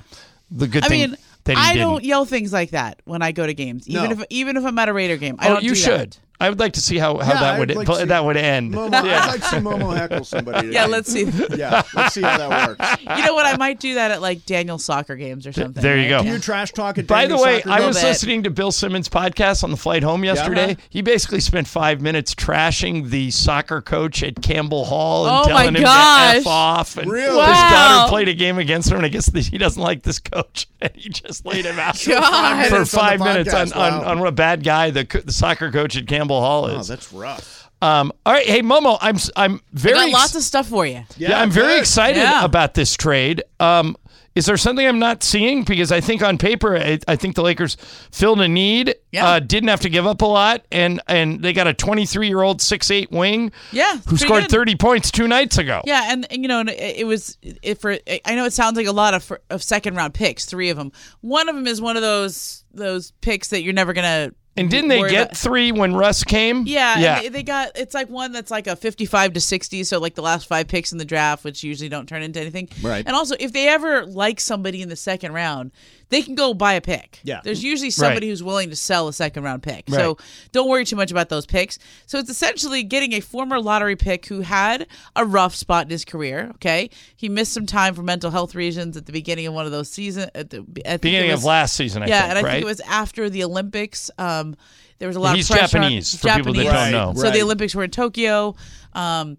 C: the good
I: I
C: thing
I: mean,
C: that he
I: I
C: didn't.
I: don't yell things like that when I go to games. Even
D: No.
I: if even if I'm at a Raider game, I
C: Oh,
I: don't.
C: you
I: do that.
C: should. I would like to see how, how
D: Yeah,
C: that
D: I'd
C: would
D: like to see-
C: that would end.
D: Momo,
C: Yeah.
D: I'd like to see Momo heckle
I: (laughs)
D: somebody.
I: Yeah,
D: today.
I: let's see.
D: yeah, let's see how that works.
I: You know what? I might do that at like Daniel's soccer games or something.
C: there you
I: right?
C: go.
I: (laughs) Yeah.
C: You
D: trash talk at
C: By the way,
I: Soccer
C: I
I: Club.
C: was
I: Little bit.
C: listening to Bill Simmons' podcast on the flight home yesterday.
I: Uh-huh.
C: He basically spent five minutes trashing the soccer coach at Campbell Hall and
I: Oh, my
C: telling him to
I: gosh.
C: f off. And
I: Really?
C: his
I: Wow.
C: daughter played a game against him, and I guess that he doesn't like this coach. (laughs) And he just laid him out
I: (laughs) God.
C: for five minutes on,
D: podcast,
C: on,
D: wow.
C: on what a bad guy the, co- the soccer coach at Campbell Hall
D: Oh,
C: is.
D: that's rough.
C: um, all right, hey Momo, I'm s- I'm
I: I
C: very
I: got
C: ex-
I: lots of stuff for you.
C: yeah, I'm very excited
I: Yeah.
C: about this trade. Um, is there something I'm not seeing? Because I think on paper, I, I think the Lakers filled a need.
I: Yeah.
C: Uh, didn't have to give up a lot, and and they got a 23 year old 6'8 wing.
I: Yeah,
C: who
I: pretty
C: scored
I: good.
C: 30 points two nights ago.
I: Yeah, and, and, you know, and it, it was it for. I know it sounds like a lot of of second round picks, three of them. One of them is one of those those picks that you're never gonna.
C: And didn't they
I: worry
C: get
I: about-
C: three when Russ came?
I: Yeah,
C: Mm. yeah.
I: yeah. They, they got it's like one that's like a 55 to 60, so like the last five picks in the draft, which usually don't turn into anything.
C: Right.
I: And also, if they ever like somebody in the second round, they can go buy a pick.
C: Yeah.
I: There's usually somebody
C: Right.
I: who's willing to sell a second round pick. So
C: Right.
I: don't worry too much about those picks. So it's essentially getting a former lottery pick who had a rough spot in his career. Okay, he missed some time for mental health reasons at the beginning of one of those seasons. At the I think it
C: Beginning of
I: was-
C: last season, I
I: yeah,
C: think,
I: and I
C: right?
I: think it was after the Olympics. Um, there was a lot
C: He's
I: of pressure on-
C: Japanese, for people that don't know.
I: So
C: Right.
I: the Olympics were in Tokyo. Um,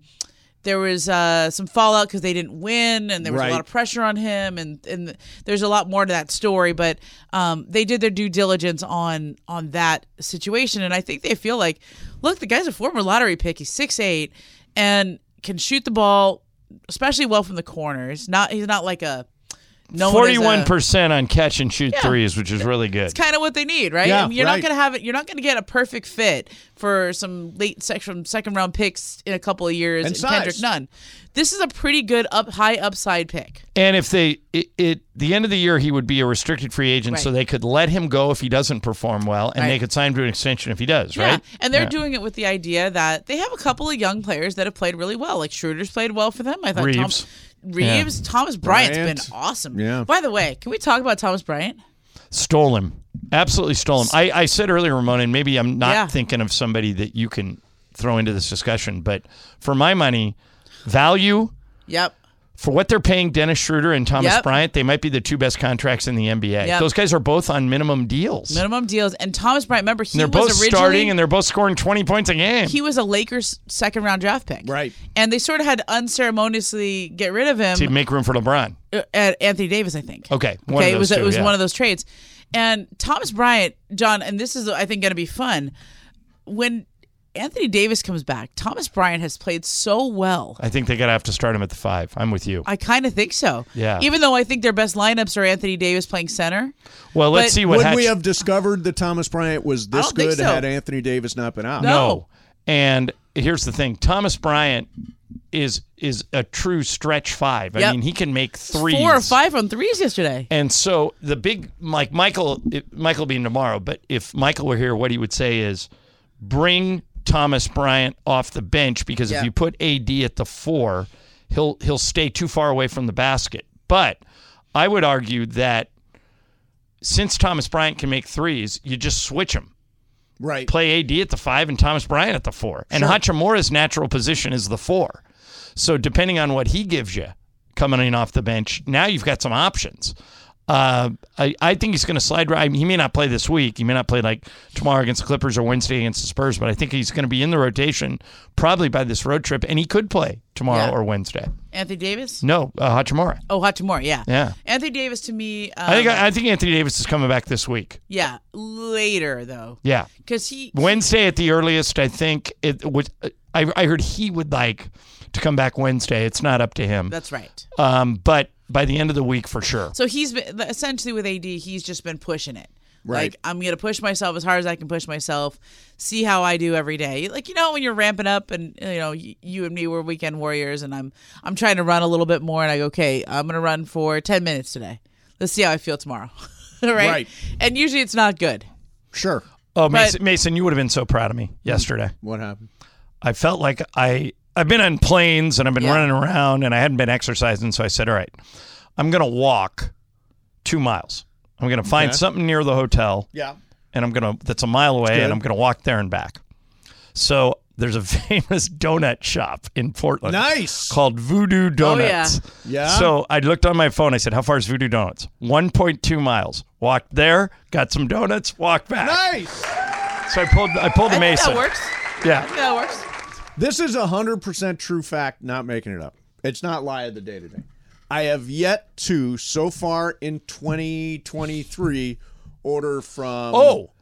I: there was uh, some fallout because they didn't win, and there was a
J: Right.
I: lot of pressure on him, and and there's a lot more to that story. But um, they did their due diligence on on that situation, and I think they feel like, look, the guy's a former lottery pick. He's six eight, and can shoot the ball, especially well from the corners. Not he's not like a known as a-
C: 41% on catch and shoot
I: uh, Yeah.
C: threes, which is really good.
I: it's kind of what they need, right?
C: Yeah,
I: I mean, you're
C: right.
I: not gonna have it. You're not gonna get a perfect fit for some late section second round picks in a couple of years.
C: And
I: Kendrick
C: size.
I: Nunn. This is a pretty good up high upside pick.
C: And if they, it, it, the end of the year, he would be a restricted free agent, so
I: Right.
C: they could let him go if he doesn't perform well, and they
I: Right.
C: could sign him to an extension if he does,
I: Yeah,
C: right?
I: and they're
C: Yeah.
I: doing it with the idea that they have a couple of young players that have played really well. Like Schroeder's played well for them. I thought
C: Reeves.
I: Tom, Reeves, Thomas Bryant's
C: Bryant.
I: been awesome.
C: Yeah.
I: By the way, can we talk about Thomas Bryant?
C: Stole him. Absolutely stole him. I, I said earlier, Ramon, and maybe I'm not
I: Yeah.
C: thinking of somebody that you can throw into this discussion, but for my money, value
I: Yep.
C: for what they're paying Dennis Schroeder and Thomas
I: Yep.
C: Bryant, they might be the two best contracts in the NBA.
I: Yep.
C: Those guys are both on minimum deals.
I: Minimum deals. And Thomas Bryant, remember he
C: and they're both
I: was originally
C: starting and they're both scoring 20 points a game.
I: he was a Lakers second round draft pick. Right. And they sort of had to unceremoniously get rid of him
C: to make room for LeBron.
I: uh, at Anthony Davis, I think.
C: Okay. One
I: Okay,
C: of
I: it was
C: those
I: it
C: two,
I: was
C: yeah.
I: one of those trades. And Thomas Bryant, John, and this is I think going to be fun. When Anthony Davis comes back, Thomas Bryant has played so well.
C: I think they got to have to start him at the five. I'm with you.
I: I kind of think so.
C: Yeah.
I: Even though I think their best lineups are Anthony Davis playing center.
C: Well, let's
I: But-
C: see what
D: Would
C: Hatch-
D: we have discovered that Thomas Bryant was
I: I
D: this
I: don't think
D: good
I: so.
D: had Anthony Davis not been out?
C: no.
I: Oh.
C: Oh. And here's the thing: Thomas Bryant is is a true stretch five. I
I: Yep.
C: mean, he can make three.
I: Four or five on threes yesterday.
C: And so the big like Michael if- Michael being tomorrow, but if Michael were here, what he would say is bring Thomas Bryant off the bench because
K: Yeah.
C: if you put AD at the four, he'll he'll stay too far away from the basket. But I would argue that since Thomas Bryant can make threes, you just switch him.
D: Right.
C: Play AD at the five and Thomas Bryant at the four. And
D: Sure.
C: Hachimura's natural position is the four. So depending on what he gives you coming in off the bench, now you've got some options. Uh, I, I think he's going to slide right. I mean, he may not play this week. He may not play like tomorrow against the Clippers or Wednesday against the Spurs, but I think he's going to be in the rotation probably by this road trip, and he could play tomorrow
I: Yeah.
C: or Wednesday.
I: Anthony Davis?
C: No, uh, Hachimura.
I: Oh, Hachimura, yeah.
C: Yeah.
I: Anthony Davis to me um,
C: I think I think Anthony Davis is coming back this week.
I: Yeah, later though.
C: Yeah.
I: 'Cause he-
C: Wednesday at the earliest, I think it would. I, I heard he would like to come back Wednesday. It's not up to him.
I: That's right.
C: Um, but by the end of the week, for sure.
I: So he's been essentially with AD, he's just been pushing it.
C: Right.
I: Like I'm gonna push myself as hard as I can push myself. See how I do every day. Like you know when you're ramping up, and you know y- you and me were weekend warriors, and I'm I'm trying to run a little bit more, and I go, okay, I'm gonna run for 10 minutes today. Let's see how I feel tomorrow. (laughs) right?
C: Right.
I: And usually it's not good.
D: Sure.
C: Oh,
I: But-
C: Mason, Mason, you would have been so proud of me yesterday.
D: What happened?
C: I felt like I I've been on planes and I've been
K: Yeah.
C: running around and I hadn't been exercising, so I said, "All right, I'm going to walk two miles. I'm going to find
K: Okay.
C: something near the hotel.
K: Yeah.
C: and I'm going to that's a mile away,
K: good.
C: and I'm going to walk there and back." So there's a (laughs) famous donut shop in Portland.
D: Nice.
C: Called Voodoo Donuts.
D: yeah. Yeah.
C: So I looked on my phone. I said, How far is Voodoo Donuts? 1.2 miles. Walked there, got some donuts, walked back.
D: Nice.
C: So I pulled I pulled a
I: I think
C: Mason.
I: that works. I
C: Yeah.
I: think that works.
D: This is a hundred percent true fact, not making it up. It's not lie of the day today. I have yet to, so far in 2023, order from.
C: Oh.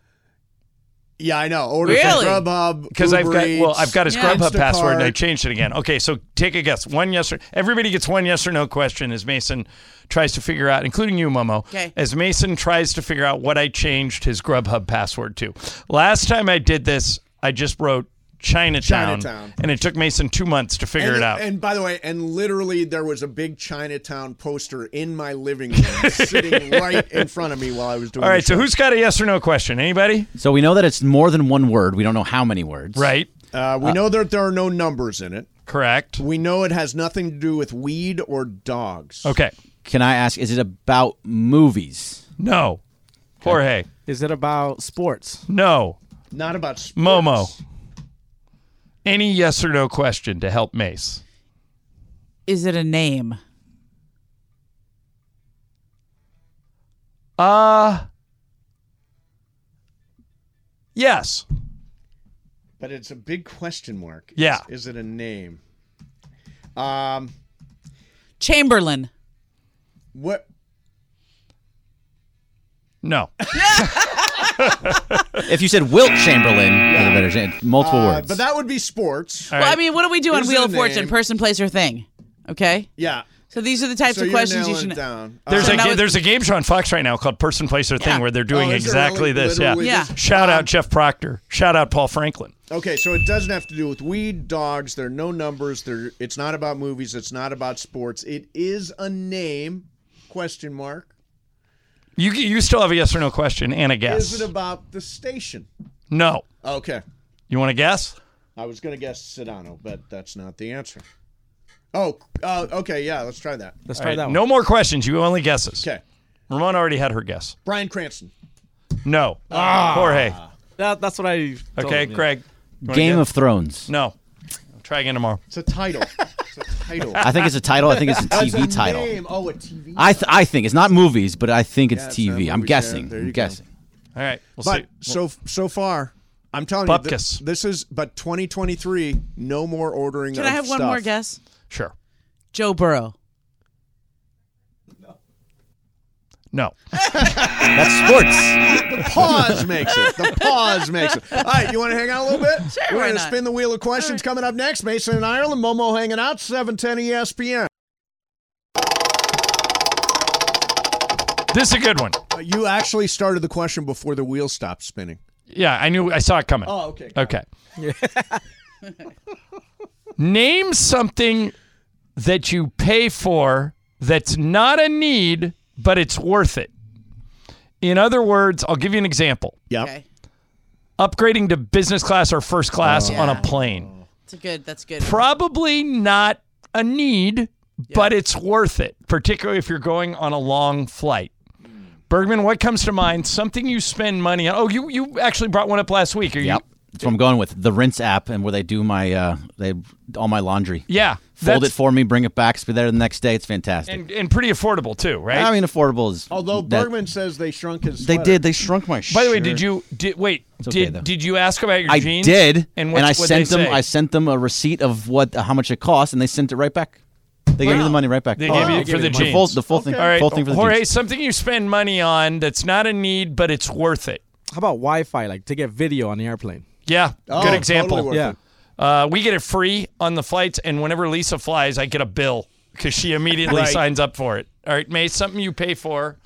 D: yeah, I know. Order
C: Really?
D: from Grubhub
C: Because I've
D: Uber
C: got well,
D: Eats,
C: I've got his Grubhub
D: Instacart.
C: password and I changed it again. Okay, so take a guess. One yes or everybody gets one yes or no question as Mason tries to figure out, including you, Momo.
I: Okay.
C: As Mason tries to figure out what I changed his Grubhub password to. Last time I did this, I just wrote Chinatown,
D: Chinatown.
C: and it took Mason two months to figure
D: and,
C: it out.
D: And by the way, and literally there was a big Chinatown poster in my
C: (laughs)
D: living room, sitting right in front of me while I was doing.
C: All right,
D: the show.
C: so who's got a yes or no question? Anybody?
G: So we know that it's more than one word. We don't know how many words.
C: Right.
D: Uh, we know that there are no numbers in it.
C: Correct.
D: We know it has nothing to do with weed or dogs.
C: Okay.
G: Can I ask? Is it about movies?
C: No. Jorge.
E: Is it about sports?
C: No.
D: Not about sports.
C: Momo. Any yes or no question to help Mace?
I: Is it a name?
C: Uh Yes.
D: But it's a big question mark. Is-
C: Yeah.
D: Is, it a name? Um.
I: Chamberlain.
D: What?
C: No.
G: If you said Wilt Chamberlain, there's a better chance. multiple
D: uh,
G: words.
D: but that would be sports.
C: All
I: Well, I
C: right.
I: mean, what do we do on
D: Is it
I: Wheel
D: a
I: of Fortune?
D: name?
I: Person, place, or thing. Okay.
D: Yeah.
I: So these are the types
D: so
I: of
D: you're
I: questions you
D: nailing
I: should.
D: it down. Uh,
C: There's
I: So
C: a
I: now
C: ga-
I: it-
C: there's a game show on Fox right now called Person, Place, or Thing
I: Yeah.
C: where they're doing
D: Oh, is it
C: exactly
D: really?
C: this. Yeah.
D: Literally
I: Yeah.
D: this? Um,
C: Shout out Jeff Proctor. Shout out Paul Franklin.
D: Okay, so it doesn't have to do with weed, dogs. There are no numbers. There, it's not about movies. It's not about sports. It is a name? Question mark.
C: You you still have a yes or no question and a guess.
D: Is it about the station?
C: no.
D: Okay,
C: You want to guess?
D: I was gonna guess Sedano, but that's not the answer. Oh, uh, okay, yeah, let's try that.
E: Let's
C: All
E: try
C: right,
E: that one.
C: No more questions. You only guesses.
D: Okay,
C: Ramon already had her guess.
D: Brian Cranston.
C: No.
D: Ah.
C: Jorge.
E: That, that's what I. told
C: Okay,
E: him, yeah.
C: Craig. You wanna
G: Game
C: guess?
G: of Thrones.
C: No. Try again tomorrow.
D: It's a title. it's
G: (laughs)
D: a title.
G: I think it's a title. I think it's a
D: That's
G: TV
D: a
G: title.
D: Name. Oh, a TV.
G: I th- I think it's not movies, but I think it's
D: Yeah, it's not
G: TV. I'm
D: movies, yeah.
G: guessing.
D: There
G: I'm
D: you go.
G: guessing.
C: All right. We'll
D: But
C: see.
D: so so far, I'm telling you, thi-
C: Bupkis.
D: this is but 2023. No more ordering.
I: Can
D: of
I: I have one
D: stuff.
I: more guess?
C: Sure.
I: Joe Burrow.
C: No. (laughs)
G: That's
I: (laughs)
G: sports.
D: Pause makes it. The pause makes it. All right, you want to hang out a little bit?
I: Sure,
D: We're
I: why
D: gonna
I: not?
D: spin the wheel of questions coming up next. Mason and Ireland, Momo hanging out. E 710 ESPN.
C: This is a good one.
D: Uh, You actually started the question before the wheel stopped spinning.
C: Yeah, I knew I saw it coming.
D: Oh, okay.
C: Okay. (laughs) Name something that you pay for that's not a need, but it's worth it. In other words, I'll give you an example
D: Yep.
I: Okay.
C: upgrading to business class or first class
D: Oh.
C: on a plane.
I: That's a good. That's good.
C: Probably not a need, but it's worth it, particularly if you're going on a long flight. Bergman, what comes to mind? Something you spend money on. Oh, you, you actually brought one up last week. Are you,
G: Yep. That's what I'm going with. The rinse app and where they do my uh they all my laundry.
C: Yeah.
G: Fold
C: that's-
G: it for me, bring it back, it's there the next day. It's fantastic.
C: and, and pretty affordable too, right?
G: I mean affordable is
D: Although
G: that-
D: Bergman says they shrunk his.
G: They
D: sweater.
G: did. They shrunk my
C: By the way, did you did wait?
G: okay,
C: did
G: though.
C: did you ask about your
G: I
C: jeans?
G: did,
C: And,
G: and,
C: what's,
G: I
C: what'd
G: sent
C: they
G: them.
C: say?
G: I sent them a receipt of what how much it cost, and they sent it right back. They gave me the money right back.
C: They gave you
E: They
C: for
E: gave
C: the
E: you the money.
C: jeans.
G: the full, the full thing.
C: All right,
G: full thing for the
C: Jorge,
G: jeans.
C: something you spend money on that's not a need, but it's worth it.
E: How about Wi-Fi? Like to get video on the airplane.
C: Yeah,
D: Oh,
C: good example.
D: totally worth
E: Yeah.
D: it.
C: uh, we get it free on the flights, and whenever Lisa flies, I get a bill because she immediately signs up for it. All right, May, something you pay for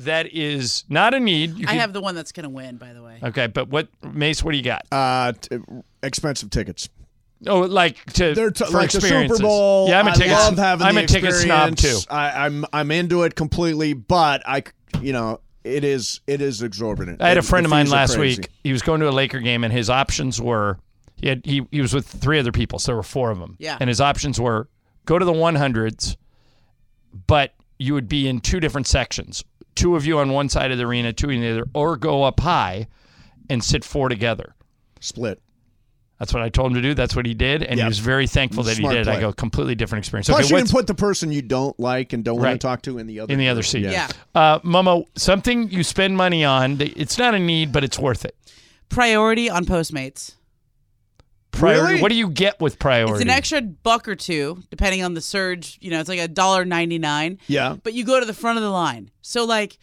C: that is not a need. You
I: I
C: could-
I: have the one that's gonna win, by the way.
C: Okay, but what Mace? What do you got?
D: Uh, t- expensive tickets.
C: oh, like to
D: They're t-
C: for
D: like the Super
C: experiences.
D: Bowl.
C: Yeah, I'm a
D: I
C: ticket.
D: love having
C: I'm
D: the
C: a ticket snob too.
D: experience. I, I'm I'm into it completely, but I, c- you know, it is it is exorbitant.
C: I had a
D: The
C: friend of mine
D: fees are
C: last
D: crazy.
C: week. He was going to a Laker game, and his options were he had he, he was with three other people, so there were four of them.
I: Yeah.
C: And his options were go to the 100s, but you would be in two different sections, two of you on one side of the arena, two on the other, or go up high and sit four together.
D: Split.
C: That's what I told him to do. That's what he did, and he
D: Yep.
C: was very thankful that
D: Smart
C: he did. I
D: play.
C: go completely different experience.
D: Plus, you
C: what's-
D: can put the person you don't like and don't want
C: Right.
D: to talk to in the other
C: in the other seat. Uh, Momo, something you spend money on. that- It's not a need, but it's worth it.
I: Priority on Postmates.
C: Priority.
I: Really?
C: What do you get with priority?
I: It's an extra buck or two, depending on the surge. You know, it's like a dollar ninety nine.
D: Yeah.
I: But you go to the front of the line. So like,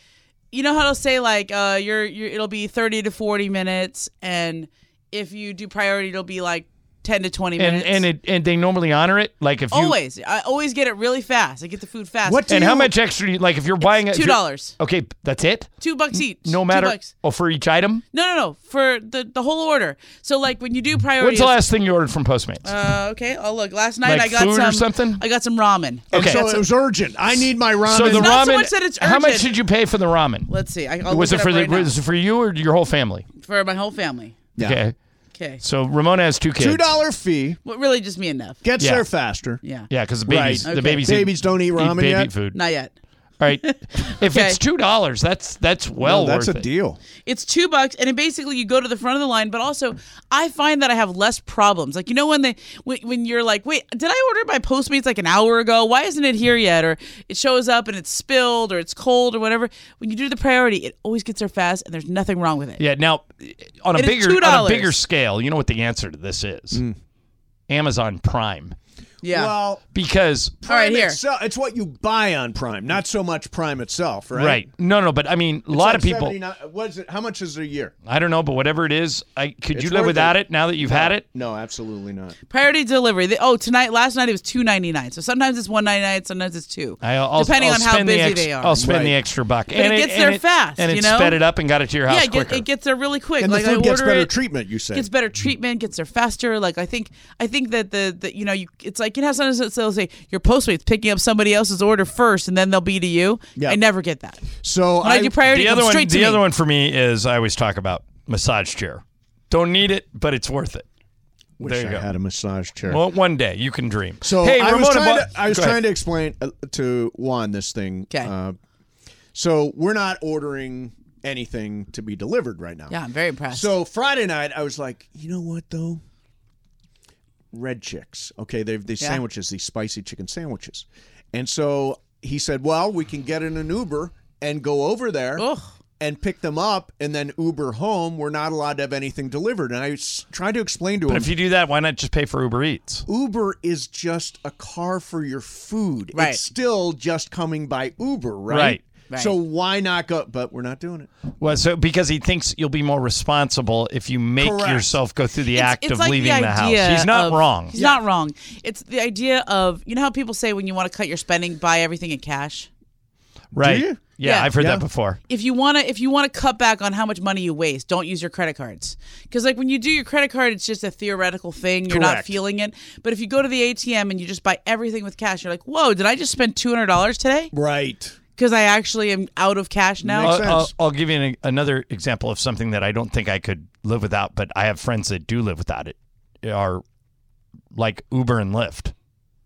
I: you know how they'll say like, uh, you're, you're it'll be thirty to forty minutes, and if you do priority, it'll be like ten to twenty
C: and
I: minutes.
C: and it and they normally honor it. Like if you
I: always, I always get it really fast. I get the food fast.
C: and how much extra? do you, Like if you're buying it, if you're-
I: $2.
C: Okay, that's it.
I: Two bucks each.
C: No
I: Two
C: matter.
I: bucks.
C: Oh, for each item.
I: No, no, no. For the the whole order. So like when you do priority.
C: When's the
I: it's-
C: last thing you ordered from Postmates?
I: Uh, okay. Oh, look. Last night
C: Like
I: I got
C: food
I: some
C: or something?
I: I got some ramen.
C: And Okay. so
I: That's
C: it
D: was urgent. I need my ramen.
C: So the
I: It's
C: ramen.
I: not so much that it's
C: How much
I: urgent.
C: did you pay for the ramen?
I: Let's see. I, I'll
C: was
I: look
C: it for
I: up right
C: the
I: now.
C: was it for you or your whole family?
I: for my whole family?
C: Okay.
I: Okay.
C: So Ramona has two kids.
D: Two dollar fee
I: What really just me enough.
D: gets
C: Yeah.
D: there faster.
I: Yeah.
C: Yeah, because the babies
D: Right.
C: the
D: Okay.
C: babies
D: Babies don't eat ramen
C: baby
D: yet?
C: food.
I: Not yet.
C: All
I: (laughs)
C: right. If
I: Okay.
C: it's two dollars, that's that's well
D: that's
C: worth
D: a
C: it.
D: deal.
I: It's two bucks, and it basically you go to the front of the line. But also, I find that I have less problems. Like you know when they when, when you're like, wait, did I order by Postmates like an hour ago? Why isn't it here yet? Or it shows up and it's spilled, or it's cold, or whatever. When you do the priority, it always gets there fast, and there's nothing wrong with it.
C: Yeah. Now, on a
I: It is
C: bigger on a
I: $2.
C: bigger scale, you know what the answer to this is?
D: Hmm.
C: Amazon Prime.
I: Yeah.
D: Well,
C: Because
I: All right,
D: Prime
I: here.
D: itself- it's what you buy on Prime, not so much Prime itself, right?
C: right. No, no, but I mean, a
D: It's
C: lot
D: like
C: of people.
D: 79 What is it? How much is it a year?
C: I don't know, but whatever it is, I could you
D: It's
C: live
D: worth
C: without
D: it.
C: it. now that you've had it?
D: No, absolutely not.
I: Priority delivery. They, oh, tonight, last night it was two ninety nine. So sometimes it's one ninety nine, sometimes it's two.
C: I- I'll,
I: depending
C: I'll
I: on how
C: spend the
I: busy
C: ex-
I: they are.
C: I'll spend the
D: Right.
C: extra buck.
I: But it gets there fast,
C: And
I: you
C: it
I: know?
C: sped it up and got it to your house
I: yeah, it, get-
C: quicker.
I: it gets there really quick.
D: And
I: like
D: the
I: I
D: food gets
I: order
D: better
I: it,
D: treatment. You say
I: Gets better treatment, gets there faster. Like I think, I think that the, the you know, you it's like you know how sometimes it's- they'll say your postmate's picking up somebody else's order first, and then they'll be to you.
D: Yeah.
I: I never get that.
D: so.
I: When I, do priority,
C: the
I: it
C: other
I: comes
C: one,
I: straight to
C: the
I: me.
C: other one for me is I always talk about massage chair. Don't need it, but it's worth it.
D: wish
C: there you
D: I
C: go.
D: had a massage chair.
C: Well, one day you can dream.
D: So
C: hey,
D: I was
C: Ramona
D: trying,
C: bought-
D: to, I was
C: Go ahead.
D: trying to explain uh, to Juan this thing.
I: 'Kay.
D: Uh, so we're not ordering anything to be delivered right now.
I: Yeah, I'm very impressed.
D: So Friday night, I was like, you know what though? Red chicks. Okay, they've these
I: Yeah.
D: sandwiches, these spicy chicken sandwiches. And so he said, well, we can get in an Uber and go over there.
I: Ugh.
D: And pick them up and then Uber home. We're not allowed to have anything delivered. And I s- tried to explain to
C: But
D: him.
C: if you do that, why not just pay for Uber Eats?
D: Uber is just a car for your food.
I: Right.
D: It's still just coming by Uber, right?
C: Right.
I: Right.
D: So why not go? But we're not doing it.
C: Well, so because he thinks you'll be more responsible if you make
D: Correct.
C: yourself go through the
I: It's-
C: act
I: it's
C: of
I: like
C: leaving the, house.
I: idea
C: He's not
I: of-
C: wrong.
I: He's not wrong. It's the idea of you know how people say when you want to cut your spending, buy everything in cash.
C: Right.
D: Do you?
C: Yeah,
I: Yeah.
C: I've heard
D: Yeah.
C: that before.
I: if you want to if you want to cut back on how much money you waste don't use your credit cards because like when you do your credit card it's just a theoretical thing you're not
D: Correct.
I: feeling it but if you go to the atm and you just buy everything with cash you're like whoa did i just spend $200 today
D: Right.
I: because i actually am out of cash now
D: Makes
C: I'll,
D: sense.
C: I'll, I'll give you an, another example of something that I don't think I could live without, but I have friends that do live without it. Are like Uber and Lyft,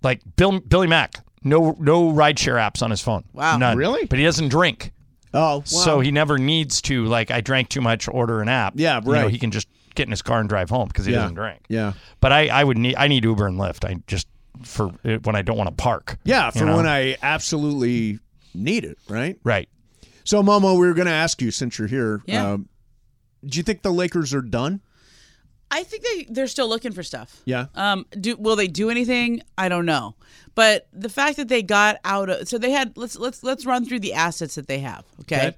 C: like Bill Billy Mack. No, no rideshare apps on his phone.
I: Wow.
C: none.
D: Really?
C: But he doesn't drink,
D: Oh, wow.
C: so he never needs to. Like, I drank too much. Order an app.
D: Yeah,
C: You know,
D: right.
C: he can just get in his car and drive home because he
D: Yeah.
C: doesn't drink.
D: Yeah.
C: But I, I would need I need Uber and Lyft. I just for uh, when I don't want to park.
D: Yeah. For
C: You know?
D: when I absolutely need it, right?
C: Right.
D: So, Momo, we were going to ask you since you're here.
I: Yeah.
D: um, do you think the Lakers are done?
I: i think they they're still looking for stuff
D: Yeah.
I: Um, do will they do anything? I don't know. But the fact that they got out of so they had let's let's let's run through the assets that they have. Okay.
D: Okay.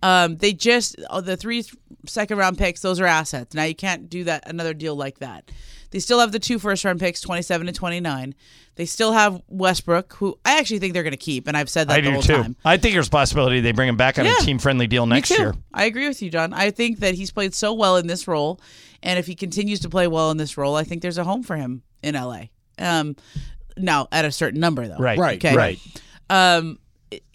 I: Um, they just oh, the three second round picks; those are assets. Now you can't do that another deal like that. They still have the two first round picks, twenty seven and twenty nine. They still have Westbrook, who I actually think they're going to keep, and I've said that
C: I
I: the
C: do
I: whole
C: too.
I: time.
C: I think there's a possibility they bring him back on
I: Yeah.
C: a team friendly deal next
I: Me too.
C: year.
I: I agree with you, John. I think that he's played so well in this role, and if he continues to play well in this role, I think there's a home for him in LA. Um, now at a certain number though.
C: Right. Right,
I: Okay.
C: right.
I: Um,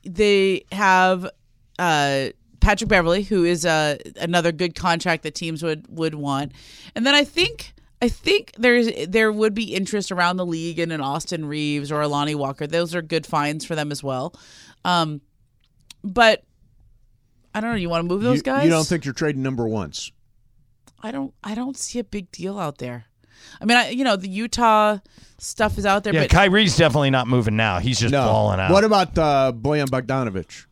I: they have uh. Patrick Beverly, who is uh, another good contract that teams would would want, and then I think I think there's there would be interest around the league in an Austin Reeves or Alani Walker. Those are good finds for them as well. Um, but I don't know. You want to move those
D: you,
I: guys?
D: You don't think you're trading number ones?
I: I don't. I don't see a big deal out there. I mean, I, you know, the Utah stuff is out there,
C: Yeah,
I: but
C: Kyrie's definitely not moving now. He's just balling out.
D: What about uh, Boyan Bogdanovich?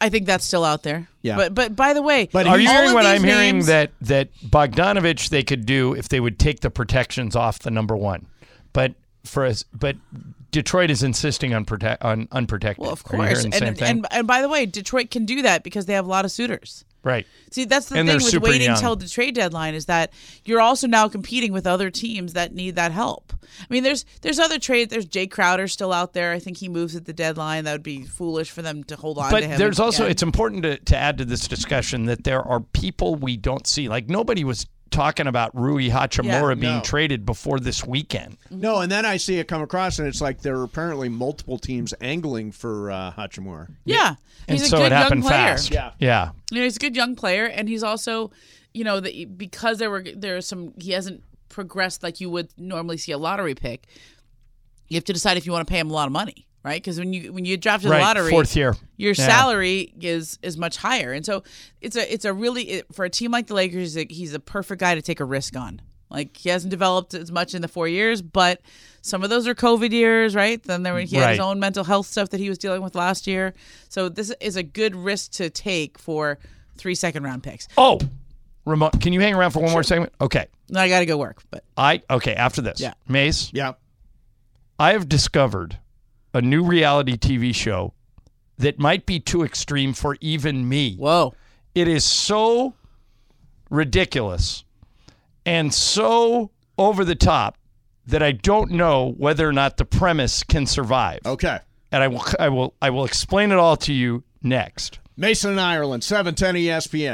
I: I think that's still out there.
C: Yeah.
I: But but by the way,
C: But are you
I: all
C: hearing
I: of
C: what
I: these
C: I'm hearing
I: names-
C: that that Bogdanovich they could do if they would take the protections off the number one, but for us, but Detroit is insisting on protect on unprotected. Well, of
I: Of course.
C: the same
I: And,
C: thing?
I: and and by the way, Detroit can do that because they have a lot of suitors.
C: right.
I: See, that's the
C: And
I: thing
C: they're
I: with
C: super
I: waiting
C: young.
I: until the trade deadline is that you're also now competing with other teams that need that help. I mean, there's there's other trades. There's Jay Crowder still out there. I think he moves at the deadline. That would be foolish for them to hold on
C: But
I: to him.
C: there's also
I: Yeah.
C: it's important to, to add to this discussion that there are people we don't see. Like nobody was talking about Rui Hachimura
D: Yeah.
C: being
D: No.
C: traded before this weekend.
I: Mm-hmm.
D: No, and then I see it come across, and it's like there are apparently multiple teams angling for uh, Hachimura.
I: yeah,
C: And
I: he's a
C: so
I: good
C: it happened
I: young player.
C: fast. Yeah. Yeah.
I: You know, he's a good young player, and he's also, you know, the, because there were there are some he hasn't progressed like you would normally see a lottery pick. You have to decide if you want to pay him a lot of money, right? Because when you when you draft in
C: Right,
I: the lottery,
C: fourth year.
I: your
C: Yeah.
I: salary is is much higher, and so it's a it's a really it, for a team like the Lakers, he's a, he's a perfect guy to take a risk on. Like he hasn't developed as much in the four years, but some of those are COVID years, right? Then there were, he had his
J: Right.
I: own mental health stuff that he was dealing with last year. So this is a good risk to take for three second round picks.
C: Oh, Ramon, can you hang around for one more segment? Okay.
I: Now I got to go work, but
C: I okay after this.
I: Yeah.
C: Mace.
D: Yeah.
C: I have discovered a new reality TV show that might be too extreme for even me.
I: Whoa.
C: It is so ridiculous and so over the top that I don't know whether or not the premise can survive.
D: Okay.
C: And I will I will I will explain it all to you next.
D: E Mason in Ireland, 710 ESPN.